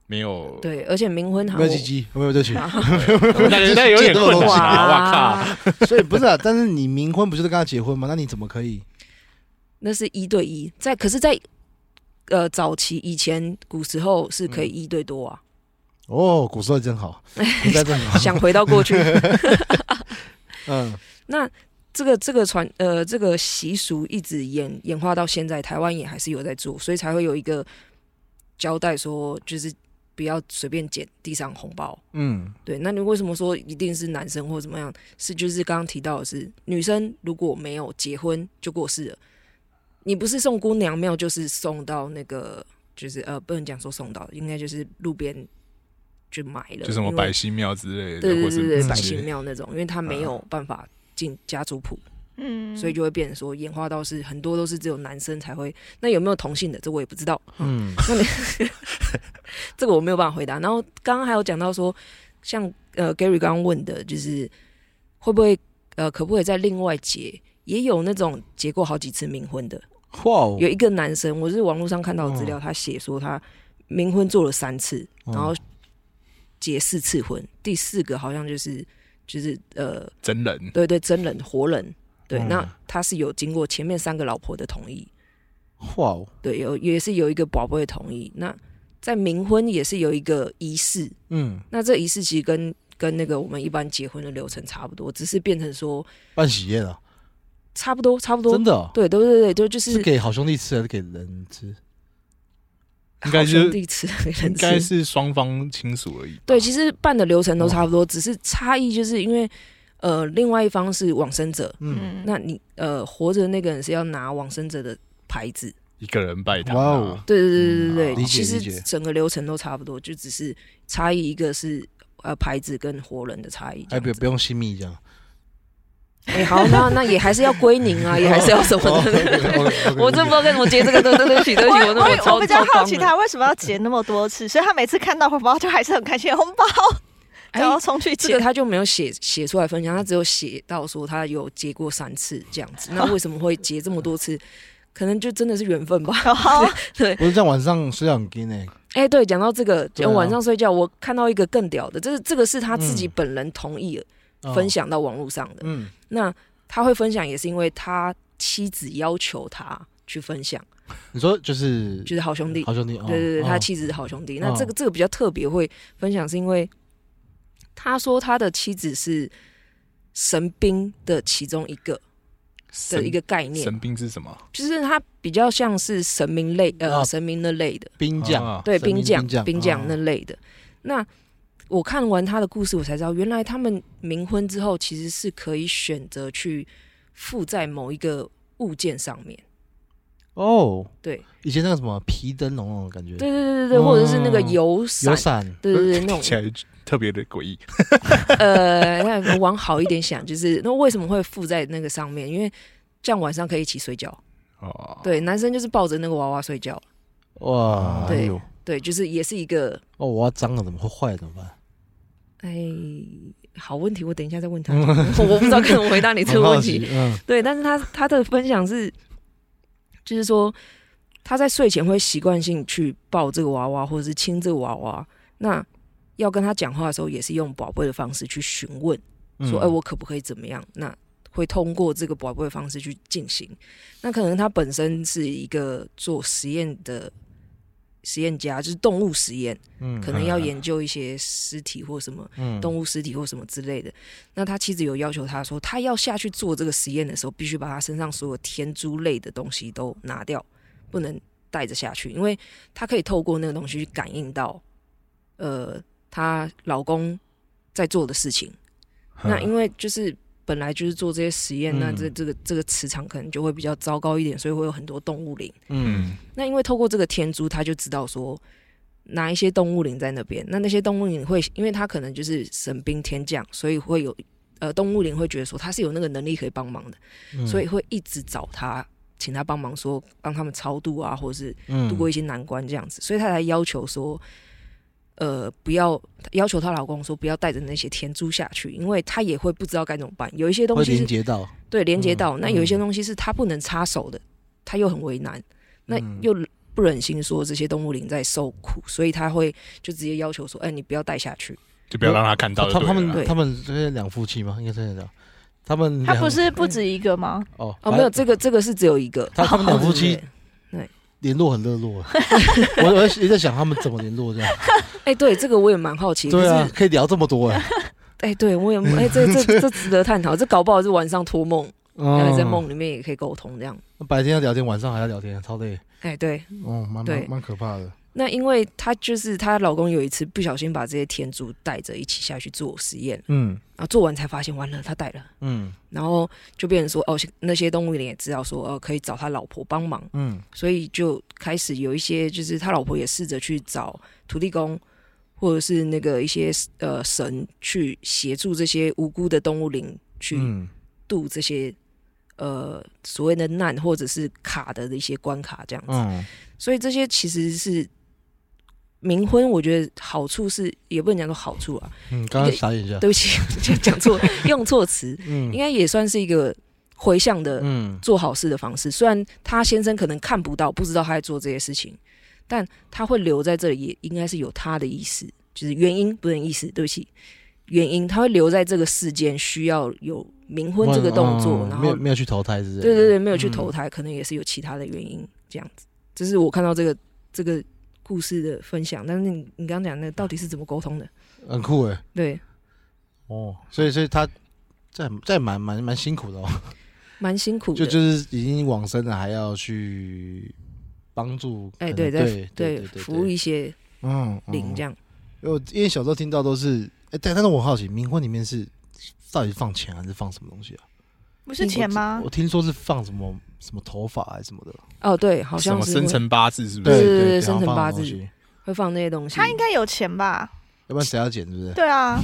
Speaker 4: 没有，
Speaker 2: 对，而且冥婚好
Speaker 5: 没有鸡鸡，没有对不 起，
Speaker 4: 那那有点困 难啊！哇靠，
Speaker 2: 哇，
Speaker 5: 所以不是啊，但是你冥婚不就是跟他结婚吗？那你怎么可以？
Speaker 2: 那是一对一，在可是在，呃早期以前古时候是可以一对多啊，
Speaker 5: 哦，古时候真 好，古代真好，
Speaker 2: 想回到过去，
Speaker 5: 嗯，
Speaker 2: 那这个这个传呃这个习俗一直演演化到现在，台湾也还是有在做，所以才会有一个交代说，就是不要随便捡地上红包。
Speaker 5: 嗯，
Speaker 2: 对，那你为什么说一定是男生或怎么样？是就是刚刚提到的是，女生如果没有结婚就过世了，你不是送姑娘庙，就是送到那个就是呃不能讲说送到，应该就是路边就买了，
Speaker 4: 就什么
Speaker 2: 因为
Speaker 4: 百姓庙之类的，
Speaker 2: 对对
Speaker 4: 或是啊
Speaker 2: 对对
Speaker 5: 嗯
Speaker 2: 百姓庙那种，因为他没有办法进家族谱。
Speaker 3: 嗯，
Speaker 2: 所以就会变成说演化到是很多都是只有男生才会。那有没有同性的？这我也不知道，
Speaker 5: 嗯，
Speaker 2: 这个我没有办法回答。然后刚刚还有讲到说，像呃 Gary 刚刚问的，就是会不会呃可不可以再另外结？也有那种结过好几次冥婚的，
Speaker 5: 哇哦
Speaker 2: 有一个男生，我是网络上看到的资料，他写说他冥婚做了三次，然后结四次婚，第四个好像就是就是呃
Speaker 4: 真人
Speaker 2: 对对真人活人，对，
Speaker 5: 嗯
Speaker 2: 那他是有经过前面三个老婆的同意，
Speaker 5: 哇哦，
Speaker 2: 对，有也是有一个宝贝的同意。那在冥婚也是有一个仪式，
Speaker 5: 嗯，
Speaker 2: 那这仪式其实跟跟那个我们一般结婚的流程差不多，只是变成说
Speaker 5: 办喜宴啊，
Speaker 2: 差不多差不多
Speaker 5: 真，的哦
Speaker 2: 对对对对，就就是是
Speaker 5: 给好兄弟吃还是给人吃？
Speaker 4: 应该
Speaker 2: 好
Speaker 4: 是
Speaker 2: 兄弟吃的人
Speaker 4: 应该
Speaker 2: 吃
Speaker 4: 是双方亲属而已。
Speaker 2: 对，其实办的流程
Speaker 5: 哦
Speaker 2: 都差不多，只是差异就是因为呃，另外一方是往生者，
Speaker 5: 嗯，
Speaker 2: 那你呃活着的那个人是要拿往生者的牌子，
Speaker 4: 一个人拜堂、
Speaker 5: 哇
Speaker 4: 啊，
Speaker 5: 哦，
Speaker 2: 对对对对
Speaker 5: 嗯
Speaker 2: 对，
Speaker 5: 理
Speaker 2: 其
Speaker 5: 解
Speaker 2: 实
Speaker 5: 理解
Speaker 2: 整个流程都差不多，就只是差异一个是呃牌子跟活人的差异这
Speaker 5: 哎，
Speaker 2: 样
Speaker 5: 不
Speaker 2: 子。
Speaker 5: 不用新密这样，
Speaker 2: 哎、好，那那也还是要归宁啊，也还是要什么的。我真不知道该怎么接这个，对对对不起，对不
Speaker 3: 我
Speaker 2: 起，我那
Speaker 3: 我
Speaker 2: 超
Speaker 3: 我比较
Speaker 2: 超
Speaker 3: 好奇
Speaker 2: 慌了
Speaker 3: 他为什么要结那么多次， 所以他每次看到红包就还是很开心，红包
Speaker 2: 哎
Speaker 3: 然后冲 去
Speaker 2: 这个
Speaker 3: 捡。
Speaker 2: 他就没有写写出来分享，他只有写到说他有结过三次这样子。那为什么会结这么多次？可能就真的是缘分吧。
Speaker 3: 然后
Speaker 5: 不是这样晚上睡觉很紧哎，
Speaker 2: 哎、对，讲到这个，
Speaker 5: 对啊
Speaker 2: 晚上睡觉，我看到一个更屌的，这是这个是他自己本人同意了、
Speaker 5: 哦
Speaker 2: 分，享到网络上的。
Speaker 5: 嗯，
Speaker 2: 那他会分享，也是因为他妻子要求他去分享，
Speaker 5: 你说就是
Speaker 2: 就是好兄弟。
Speaker 5: 好兄弟，哦
Speaker 2: 对对对，
Speaker 5: 哦
Speaker 2: 他妻子是好兄弟。那
Speaker 5: 哦
Speaker 2: 这个这个比较特别，会分享是因为他说他的妻子是神兵的其中一个的
Speaker 4: 神
Speaker 2: 一个概念，
Speaker 4: 神兵是什么？
Speaker 2: 就是他比较像是神明类呃
Speaker 5: 哦
Speaker 2: 神明那类的，
Speaker 5: 兵将，
Speaker 4: 啊
Speaker 2: 对
Speaker 5: 神明
Speaker 2: 兵将
Speaker 5: 兵将
Speaker 2: 兵将
Speaker 5: 哦
Speaker 2: 那类的。那我看完他的故事，我才知道原来他们冥婚之后其实是可以选择去附在某一个物件上面。
Speaker 5: 哦，
Speaker 2: 对，
Speaker 5: 以前那个什么皮灯笼那种感觉，
Speaker 2: 对对对对对，或者是那个
Speaker 5: 哦
Speaker 2: 油伞
Speaker 5: 有，伞，
Speaker 2: 对 对对，那
Speaker 4: 听起
Speaker 2: 种
Speaker 4: 来特别的诡异。
Speaker 2: 呃，那往好一点想，就是那为什么会附在那个上面？因为这样晚上可以一起睡觉。
Speaker 4: 哦，
Speaker 2: 对，男生就是抱着那个娃娃睡觉。
Speaker 5: 哇，
Speaker 2: 对
Speaker 5: 哎呦
Speaker 2: 对，就是也是一个
Speaker 5: 哦，我要脏了怎么会坏了怎么办？
Speaker 2: 哎，好问题，我等一下再问 他。我不知道该怎么回答 你这个
Speaker 5: 很好
Speaker 2: 问题
Speaker 5: 奇。，嗯，
Speaker 2: 对，但是他他的分享是，就是说他在睡前会习惯性去抱这个娃娃，或者是亲这个娃娃。那要跟他讲话的时候，也是用宝贝的方式去询问，说：“哎、
Speaker 5: 嗯
Speaker 2: 我可不可以怎么样？”那会通过这个宝贝的方式去进行。那可能他本身是一个做实验的实验家，就是动物实验，
Speaker 5: 嗯
Speaker 2: 可能要
Speaker 4: 嗯嗯
Speaker 2: 研究一些尸体或什么
Speaker 5: 嗯
Speaker 2: 动物尸体或什么之类的。那他妻子有要求他说，他要下去做这个实验的时候，必须把他身上所有天珠类的东西都拿掉，不能带着下去，因为他可以透过那个东西去感应到，呃，她老公在做的事情。那因为就是本来就是做这些实验，那这
Speaker 5: 嗯
Speaker 2: 这个这个磁场可能就会比较糟糕一点，所以会有很多动物灵。
Speaker 5: 嗯，
Speaker 2: 那因为透过这个天珠，他就知道说哪一些动物灵在那边。那那些动物灵会，因为他可能就是神兵天将，所以会有呃动物灵会觉得说他是有那个能力可以帮忙的，
Speaker 5: 嗯
Speaker 2: 所以会一直找他，请他帮忙说帮他们超度啊，或者是
Speaker 5: 嗯
Speaker 2: 度过一些难关这样子。所以他才要求说，呃，不要要求她老公说不要带着那些天珠下去，因为她也会不知道该怎么办。有一些东
Speaker 5: 会
Speaker 2: 西是
Speaker 5: 连接到，
Speaker 2: 对连接到，
Speaker 5: 嗯
Speaker 2: 那有一些东西是他不能插手的，他又很为难，那
Speaker 5: 嗯
Speaker 2: 又不忍心说这些动物灵在受苦，所以他会就直接要求说：“哎、你不要带下去。
Speaker 4: 就不要让他看到
Speaker 5: 他他
Speaker 4: 就对了
Speaker 5: 们
Speaker 2: 对
Speaker 5: 他们这些两夫妻吗？应该这样讲，他们
Speaker 3: 他
Speaker 5: 两
Speaker 3: 不是不止一个吗？
Speaker 5: 哦”
Speaker 2: 哦，没有，
Speaker 5: 反
Speaker 2: 这个这个是只有一个。
Speaker 5: 他他们两夫妻
Speaker 2: 对
Speaker 5: 联络很热络 啊，我我也在想他们怎么联络这样。
Speaker 2: 哎、对，这个我也蛮好奇。
Speaker 5: 对啊
Speaker 2: 可是，
Speaker 5: 可以聊这么多哎，
Speaker 2: 哎、对我也哎、这这这值得探讨。这搞不好是晚上托梦，然后在
Speaker 5: 嗯
Speaker 2: 梦里面也可以沟通这样。
Speaker 5: 白天要聊天，晚上还要聊天，超累。
Speaker 2: 哎、对，
Speaker 5: 哦，蛮
Speaker 2: 对
Speaker 5: 蛮蛮可怕的。
Speaker 2: 那因为她就是她老公有一次不小心把这些天珠带着一起下去做实验，
Speaker 5: 嗯
Speaker 2: 然后做完才发现完了，他带了。
Speaker 5: 嗯
Speaker 2: 然后就变成说，哦，那些动物园也知道说，呃，可以找他老婆帮忙，
Speaker 5: 嗯
Speaker 2: 所以就开始有一些，就是他老婆也试着去找土地公，或者是那个一些呃神去协助这些无辜的动物灵去
Speaker 5: 嗯
Speaker 2: 渡这些、呃所谓的难或者是卡的一些关卡这样子。
Speaker 5: 嗯
Speaker 2: 所以这些其实是冥婚，我觉得好处是也不能讲说好处啊，
Speaker 5: 嗯，刚刚傻眼一下。
Speaker 2: 对不起，讲讲 错，用错词，应
Speaker 5: 嗯
Speaker 2: 该也算是一个回向的
Speaker 5: 嗯
Speaker 2: 做好事的方式。虽然他先生可能看不到，不知道他在做这些事情，但他会留在这里，也应该是有他的意思，就是原因不能意思，对不起，原因他会留在这个世间，需要有冥婚这个动作，
Speaker 5: 嗯
Speaker 2: 然
Speaker 5: 没
Speaker 2: 后
Speaker 5: 有没有去投胎之类的。
Speaker 2: 对对对，没有去
Speaker 4: 嗯
Speaker 2: 投胎，可能也是有其他的原因，这样子。这是我看到这个这个故事的分享，但是你你刚刚讲那个到底是怎么沟通的？
Speaker 5: 很酷哎。
Speaker 2: 对，
Speaker 5: 哦，所以所以他这这蛮蛮蛮辛苦的哦，
Speaker 2: 蛮辛苦
Speaker 5: 就
Speaker 2: 的。
Speaker 5: 就是已经往生了，还要去帮助。
Speaker 2: 哎、
Speaker 5: 可
Speaker 2: 对，
Speaker 5: 能
Speaker 2: 在
Speaker 5: 嗯对对对，
Speaker 2: 服务一些
Speaker 5: 嗯
Speaker 2: 灵这
Speaker 5: 样。
Speaker 2: 样。
Speaker 5: 因为我因为小时候听到都是，哎，但但是我好奇，冥婚里面是到底放钱还是放什么东西啊？
Speaker 3: 不是钱
Speaker 2: 啊
Speaker 3: 吗
Speaker 5: 我？听说是放什么什么头发还是什么的。
Speaker 2: 哦，对，好
Speaker 4: 什
Speaker 2: 像
Speaker 4: 么
Speaker 2: 是
Speaker 4: 生
Speaker 2: 会
Speaker 4: 辰八字是不
Speaker 2: 对
Speaker 4: 是？
Speaker 2: 对对
Speaker 5: 对，
Speaker 2: 生辰
Speaker 5: 然后
Speaker 2: 八
Speaker 5: 放东
Speaker 2: 字
Speaker 5: 西
Speaker 2: 会放那些东西。
Speaker 3: 他应该有钱吧？
Speaker 5: 要不然谁要剪，是不是？
Speaker 3: 对啊，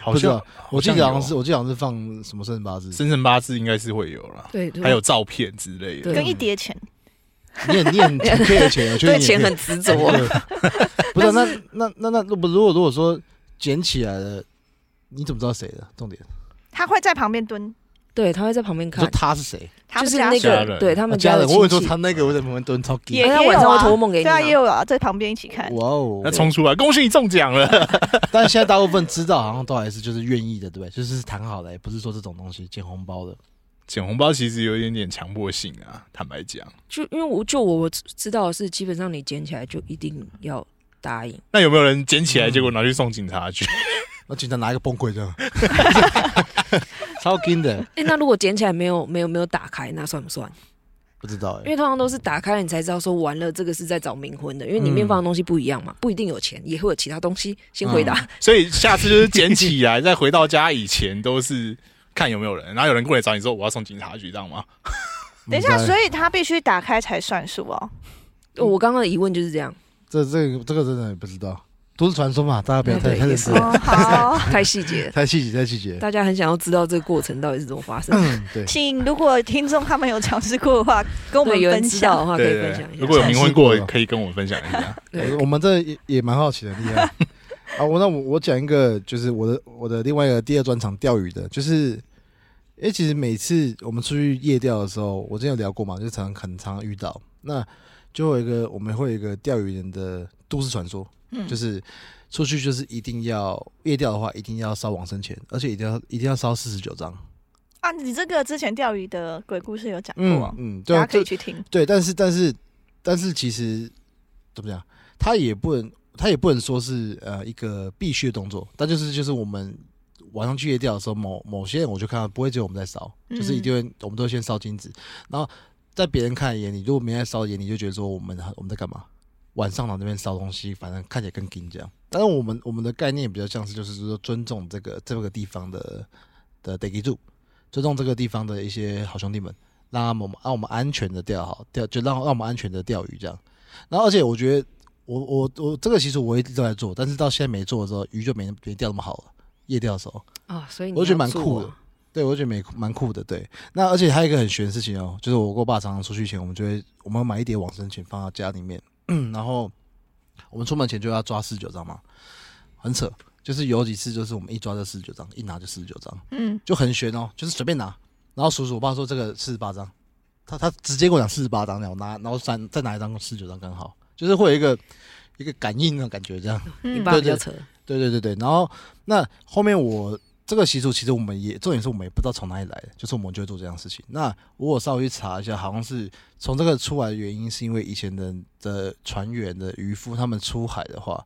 Speaker 4: 好
Speaker 5: 不知
Speaker 4: 像
Speaker 5: 道我记得好像是，
Speaker 4: 有
Speaker 5: 我记得好像是放什么生辰八字。
Speaker 4: 生辰八字应该是会有了，
Speaker 2: 对，对
Speaker 4: 还有照片之类
Speaker 2: 对
Speaker 4: 的。
Speaker 3: 跟一叠钱。
Speaker 5: 你很你很缺钱，我觉得
Speaker 2: 对
Speaker 5: 你
Speaker 2: 钱
Speaker 5: 很
Speaker 2: 很执着。
Speaker 5: 对 不是啊那那那那如果如果如果说捡起来了，你怎么知道谁的？重点，
Speaker 3: 他会在旁边蹲，
Speaker 2: 对，他会在旁边
Speaker 5: 你说
Speaker 2: 看，
Speaker 5: 他是谁？
Speaker 3: 他
Speaker 2: 就
Speaker 3: 们
Speaker 2: 是
Speaker 3: 家
Speaker 2: 那
Speaker 3: 属
Speaker 4: 家
Speaker 2: 个
Speaker 4: 人
Speaker 2: 对他
Speaker 5: 他
Speaker 2: 们
Speaker 5: 家
Speaker 2: 的
Speaker 5: 人。我
Speaker 2: 亲
Speaker 5: 以说
Speaker 2: 戚
Speaker 5: 他。那个会在旁边蹲超级
Speaker 3: 也
Speaker 2: 哎他
Speaker 3: 也有
Speaker 2: 晚上会
Speaker 3: 啊
Speaker 2: 托梦给你
Speaker 3: 对啊，
Speaker 2: 吗
Speaker 3: 也有啊，在旁边一起看。
Speaker 5: 哇哦
Speaker 4: 那！冲出来，恭喜你中奖了！
Speaker 5: 但现在大部分知道好像都还是就是愿意的，对不对？就是谈好的，不是说这种东西捡红包的。
Speaker 4: 捡红包其实有一点点强迫性啊，坦白讲。
Speaker 2: 就因为我就我我知道的是，基本上你捡起来就一定要答应。
Speaker 4: 那有没有人捡
Speaker 2: 嗯
Speaker 4: 起来，结果拿去送警察局？
Speaker 5: 那警察拿一个崩溃 这样，超金的，
Speaker 2: 哎、那如果捡起来没有没有没有打开，那算不算？
Speaker 5: 不知道
Speaker 2: 因
Speaker 5: 哎、
Speaker 2: 为通常都是打开了你才知道说完了，这个是在找冥婚的，因为里面
Speaker 5: 嗯
Speaker 2: 放的东西不一样嘛，不一定有钱，也会有其他东西。先回答，
Speaker 4: 所以下次就是捡起来，再回到家以前都是看有没有人，然后有人过来找你说我要送警察局，这样吗？
Speaker 3: 等一下，
Speaker 5: 以
Speaker 3: 所以他必须打开才算数哦。
Speaker 5: 嗯
Speaker 2: 哦 我刚刚的疑问就是这样，
Speaker 5: 这这个这个真的不知道，都是传说嘛，大家不要太
Speaker 2: 嗯对
Speaker 5: 太认
Speaker 2: 也是
Speaker 5: 真了，
Speaker 3: 哦，好，
Speaker 2: 太细节了，
Speaker 5: 太细节太细节。
Speaker 2: 大家很想要知道这个过程到底是怎么发 生的。
Speaker 5: 嗯， 对，
Speaker 3: 请如果听众他们有尝试过的话，跟我们
Speaker 2: 对，有人
Speaker 3: 分
Speaker 2: 知道
Speaker 3: 享
Speaker 2: 哦的。话可以
Speaker 4: 对
Speaker 2: 分
Speaker 4: 对
Speaker 2: 享一下。
Speaker 4: 如果有冥婚
Speaker 5: 尝
Speaker 4: 过
Speaker 5: 试过，
Speaker 4: 可以跟我们分享一下。
Speaker 2: 对
Speaker 5: 我们这也也蛮好奇的， 厉害。啊，我那我我讲一个，就是我的我的另外一个第二专场钓鱼的，就是因为其实每次我们出去夜钓的时候，我之前有聊过嘛，就常常很常遇到，那就会有一个我们会有一个钓鱼人的都市传说，
Speaker 3: 嗯
Speaker 5: 就是出去就是一定要夜钓的话，一定要烧往生钱，而且一定要一定要烧四十九张。
Speaker 3: 啊，你这个之前钓鱼的鬼故事有讲过
Speaker 5: 嗯，嗯，对
Speaker 3: 大家
Speaker 5: 啊，
Speaker 3: 可
Speaker 5: 就
Speaker 3: 以去听。
Speaker 5: 对，但是但是但是其实怎么讲，他也不能他也不能说是呃一个必须的动作，但就是就是我们晚上去夜钓的时候，某某些人我就看到不会只有我们在烧，就是一定会我们都会先烧金子，然后在别人看眼里，如果没在烧眼里，就觉得说我们我们在干嘛？晚上往那边烧东西，反正看起来更紧这样。但是我们我们的概念比较像是就是说尊重这个这个地方的的得给住，尊重这个地方的一些好兄弟们。让他们让我们安全的钓好钓，就让让我们安全的钓鱼这样。然后而且我觉得我我我这个其实我一直都在做，但是到现在没做的时候，鱼就没没钓那么好了。夜钓的时候，
Speaker 2: 啊，所以你
Speaker 5: 我觉得
Speaker 2: 要
Speaker 5: 蛮
Speaker 2: 做
Speaker 5: 酷
Speaker 2: 啊
Speaker 5: 的。对我觉得蛮蛮酷的。对，那而且还有一个很玄的事情哦，就是我跟我爸常常出去前，我们就会我们会买一叠往生钱放到家里面，嗯然后我们出门前就要抓四十九张嘛，很扯。就是有几次，就是我们一抓就四十九张，一拿就四十九张，
Speaker 3: 嗯，
Speaker 5: 就很悬哦，就是随便拿。然后数数，我爸说这个四十八张，他他直接跟我讲四十八张这样，我拿然后三再拿一张四十九张刚好，就是会有一个一个感应的感觉这样。
Speaker 2: 你
Speaker 3: 嗯
Speaker 2: 爸
Speaker 5: 对
Speaker 2: 比较
Speaker 5: 对
Speaker 2: 扯，
Speaker 5: 对对对对，然后那后面我这个习俗，其实我们也重点是我们也不知道从哪里来的，就是我们就会做这样的事情。那我有稍微去查一下，好像是从这个出来的原因，是因为以前的的船员的渔夫他们出海的话，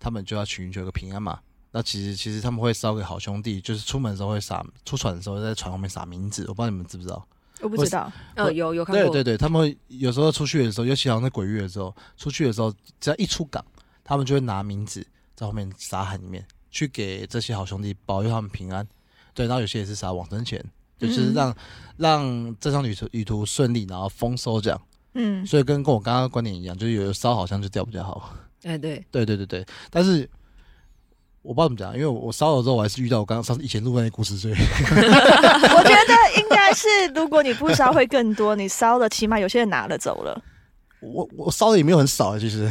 Speaker 5: 他们就要寻求一个平安嘛。那其实其实他们会烧给好兄弟，就是出门的时候会撒，出船的时候会在船后面撒名字，我不知道你们知不知道。
Speaker 3: 我不知道，
Speaker 2: 呃，有有看
Speaker 5: 对
Speaker 2: 过，
Speaker 5: 对对，他们会有时候出去的时候，尤其好像在鬼月的时候，出去的时候，只要一出港，他们就会拿名字在后面撒海里面，去给这些好兄弟保佑他们平安。对，然后有些也是撒往生钱，就是
Speaker 3: 嗯
Speaker 5: 让、让这趟旅途旅途顺利，然后丰收这样。
Speaker 3: 嗯，
Speaker 5: 所以跟跟我刚刚的观点一样，就是有烧好像就掉比较好。
Speaker 2: 哎、对，
Speaker 5: 对对对对，但是。我不知道怎么讲，因为我我烧了之后，我还是遇到我刚刚上次以前录的那个故事，所以
Speaker 3: 我觉得应该是，如果你不烧会更多，你烧了起码有些人拿了走 了。
Speaker 5: 我我烧的也没有很少，啊其实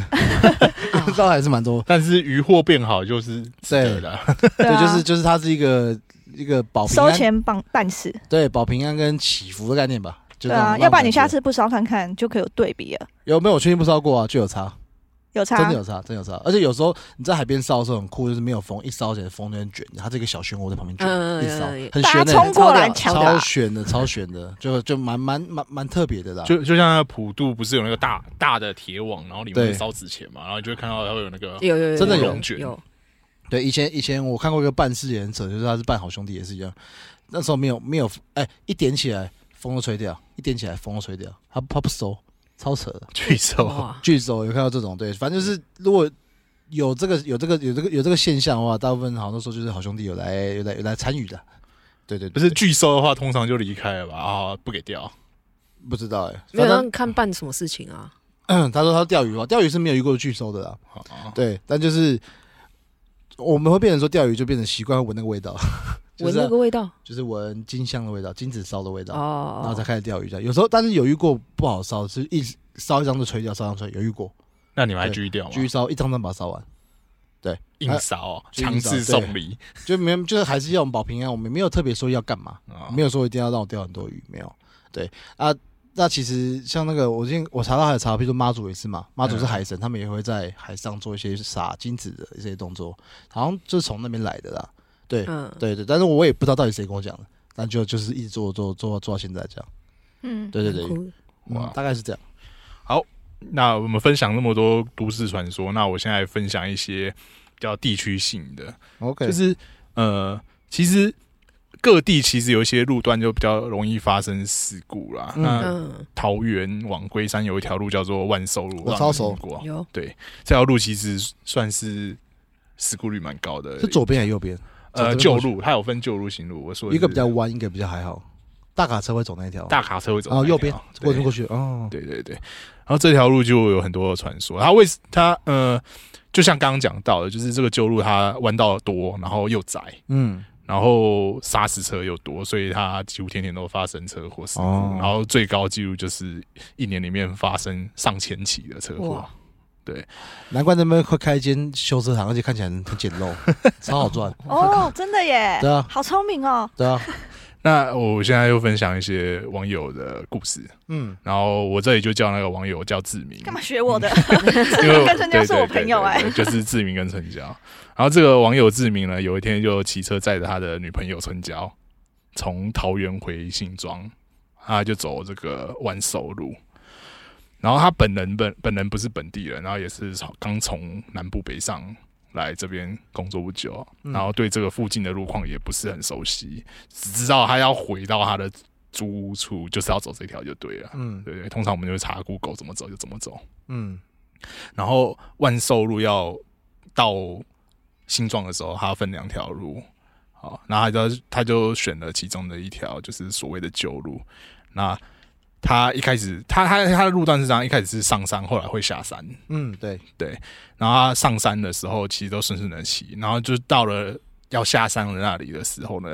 Speaker 5: 烧的还是蛮多。
Speaker 4: 但是渔获变好就是值得的啊，
Speaker 3: 对
Speaker 5: 对，
Speaker 3: 啊
Speaker 5: 就是就是它是一个一个保平
Speaker 3: 收
Speaker 5: 安，
Speaker 3: 钱办办事，
Speaker 5: 对保平安跟祈福的概念吧。就
Speaker 3: 对
Speaker 5: 这样
Speaker 3: 啊，
Speaker 5: 让
Speaker 3: 要不然
Speaker 5: 我
Speaker 3: 你
Speaker 5: 感
Speaker 3: 下
Speaker 5: 觉
Speaker 3: 次不烧看看就可以有对比了，
Speaker 5: 有没有我确定不烧过啊？就有差，
Speaker 3: 有
Speaker 5: 真
Speaker 3: 差啊
Speaker 5: 的。有差，真的有差。而且有时候你在海边烧的时候很酷，就是没有风，一烧起来风那边卷，它这个小漩涡在旁边卷，
Speaker 2: 嗯嗯
Speaker 5: 一烧
Speaker 2: 嗯嗯
Speaker 5: 很
Speaker 3: 大家
Speaker 5: 悬的、
Speaker 3: 冲过来
Speaker 5: 超
Speaker 3: 抢的啊
Speaker 5: 超悬的，超悬的，就就蛮蛮蛮蛮特别的啦。
Speaker 4: 就就像那个普渡不是有那个大大的铁网，然后里面会
Speaker 5: 对
Speaker 4: 烧纸钱嘛，然后你就会看到它会有那个
Speaker 2: 有有有，
Speaker 5: 真的有
Speaker 2: 有
Speaker 4: 卷
Speaker 2: 有，
Speaker 5: 对，以前以前我看过一个办事也很扯，就是他是办好兄弟也是一样，那时候没有没有，哎、一点起来风都吹掉，一点起来风都吹掉，他他不收，超扯的。
Speaker 4: 巨兽，
Speaker 2: 哇，
Speaker 5: 巨手有看到这种，对，反正就是如果有这个有这个有这个有这个现象的话，大部分好像都说就是好兄弟有来有来有来参与的，对对
Speaker 4: 不是巨兽的话，通常就离开了吧，啊，不给掉，
Speaker 5: 不知道哎、
Speaker 2: 没有
Speaker 5: 反
Speaker 2: 让
Speaker 5: 正
Speaker 2: 你看办什么事情啊？
Speaker 5: 他说他钓鱼的话，钓鱼是没有遇过巨兽的啦，
Speaker 2: 哦
Speaker 4: 啊
Speaker 5: 对，但就是我们会变成说钓鱼就变成习惯闻那个味道， 就
Speaker 2: 闻
Speaker 5: 是啊
Speaker 2: 那个味道
Speaker 5: 就是闻金香的味道、金子烧的味道，然后
Speaker 2: 哦
Speaker 5: 才，开始钓鱼这样。有时候但是有遇过不好烧，是一烧一张就吹掉，烧一张吹，有遇过，
Speaker 4: 那你们还继续掉吗
Speaker 2: 啊
Speaker 5: 继？续烧一张张把它烧完。
Speaker 4: 硬烧哦，
Speaker 5: 啊继
Speaker 4: 强
Speaker 5: 续烧
Speaker 4: 制送礼
Speaker 5: 就没有就是还是要我们保平安，我们没有特别说要干嘛，
Speaker 4: 啊，
Speaker 5: 没有说一定要让我钓很多鱼，没有。对啊，那其实像那个，我今天我查到还有查，比如说妈祖也是嘛，妈祖是海神，他们也会在海上做一些撒金子的一些动作，好像就是从那边来的啦。对、
Speaker 2: 嗯，
Speaker 5: 对对，但是我也不知道到底谁跟我讲的，但就就是一直做做做做到现在这样。
Speaker 3: 嗯，
Speaker 5: 对对对，
Speaker 2: 哭
Speaker 5: 哇、
Speaker 4: 哇
Speaker 5: 大概是这样。
Speaker 4: 那我们分享那么多都市传说，那我现在分享一些比较地区性的，
Speaker 5: OK，
Speaker 4: 就是呃，其实各地其实有一些路段就比较容易发生事故啦。
Speaker 5: 嗯
Speaker 4: 那
Speaker 2: 嗯，
Speaker 4: 桃园往龟山有一条路叫做万寿路，
Speaker 5: 我超熟
Speaker 4: 熟过。
Speaker 2: 有
Speaker 4: 这条路其实算是事故率蛮高的，
Speaker 5: 是左边还是右边？
Speaker 4: 呃
Speaker 5: 走
Speaker 4: 旧
Speaker 5: 这边过去
Speaker 4: 路，它有分旧路、新路。我说的
Speaker 5: 一个
Speaker 4: 是
Speaker 5: 比较弯，一个比较还好。大卡车会走那一条，
Speaker 4: 大卡车会走
Speaker 5: 然后哦右
Speaker 4: 那条
Speaker 5: 边
Speaker 4: 对
Speaker 5: 过去过去哦。
Speaker 4: 对对对，然后这条路就有很多的传说。它为它呃，就像刚刚讲到的，就是这个旧路它弯道多，然后又窄，
Speaker 5: 嗯，
Speaker 4: 然后砂石车又多，所以它几乎天天都发生车祸事故。
Speaker 5: 哦
Speaker 4: 然后最高纪录就是一年里面发生上千起的车祸
Speaker 2: 哇。
Speaker 5: 难怪那边会开一间修车行，而且看起来很很简陋， 超好赚。
Speaker 3: 哦，真的耶，
Speaker 5: 对啊
Speaker 3: 好聪明哦，
Speaker 5: 对啊，
Speaker 4: 那我现在又分享一些网友的故事，
Speaker 5: 嗯，
Speaker 4: 然后我这里就叫那个网友叫志明，
Speaker 3: 干嘛学我
Speaker 4: 嗯
Speaker 3: 的？
Speaker 4: 因为
Speaker 3: 跟春娇是我朋友哎
Speaker 4: 对对对对就是志明跟春娇。然后这个网友志明呢，有一天就骑车载着他的女朋友春娇从桃园回新庄，他就走这个万寿路。然后他本人本本人不是本地人，然后也是从刚从南部北上来这边工作不久，
Speaker 5: 嗯
Speaker 4: 然后对这个附近的路况也不是很熟悉，只知道他要回到他的租屋处，就是要走这条就对了。
Speaker 5: 嗯
Speaker 4: 对对，通常我们就会查 Google 怎么走就怎么走。
Speaker 5: 嗯
Speaker 4: 然后万寿路要到新庄的时候，它分两条路，好，然后他就他就选了其中的一条，就是所谓的旧路。那他一开始，他他他的路段是这样，一开始是上山，后来会下山。
Speaker 5: 嗯，对，
Speaker 4: 然后他上山的时候，其实都顺顺的骑，然后就到了要下山的那里的时候呢，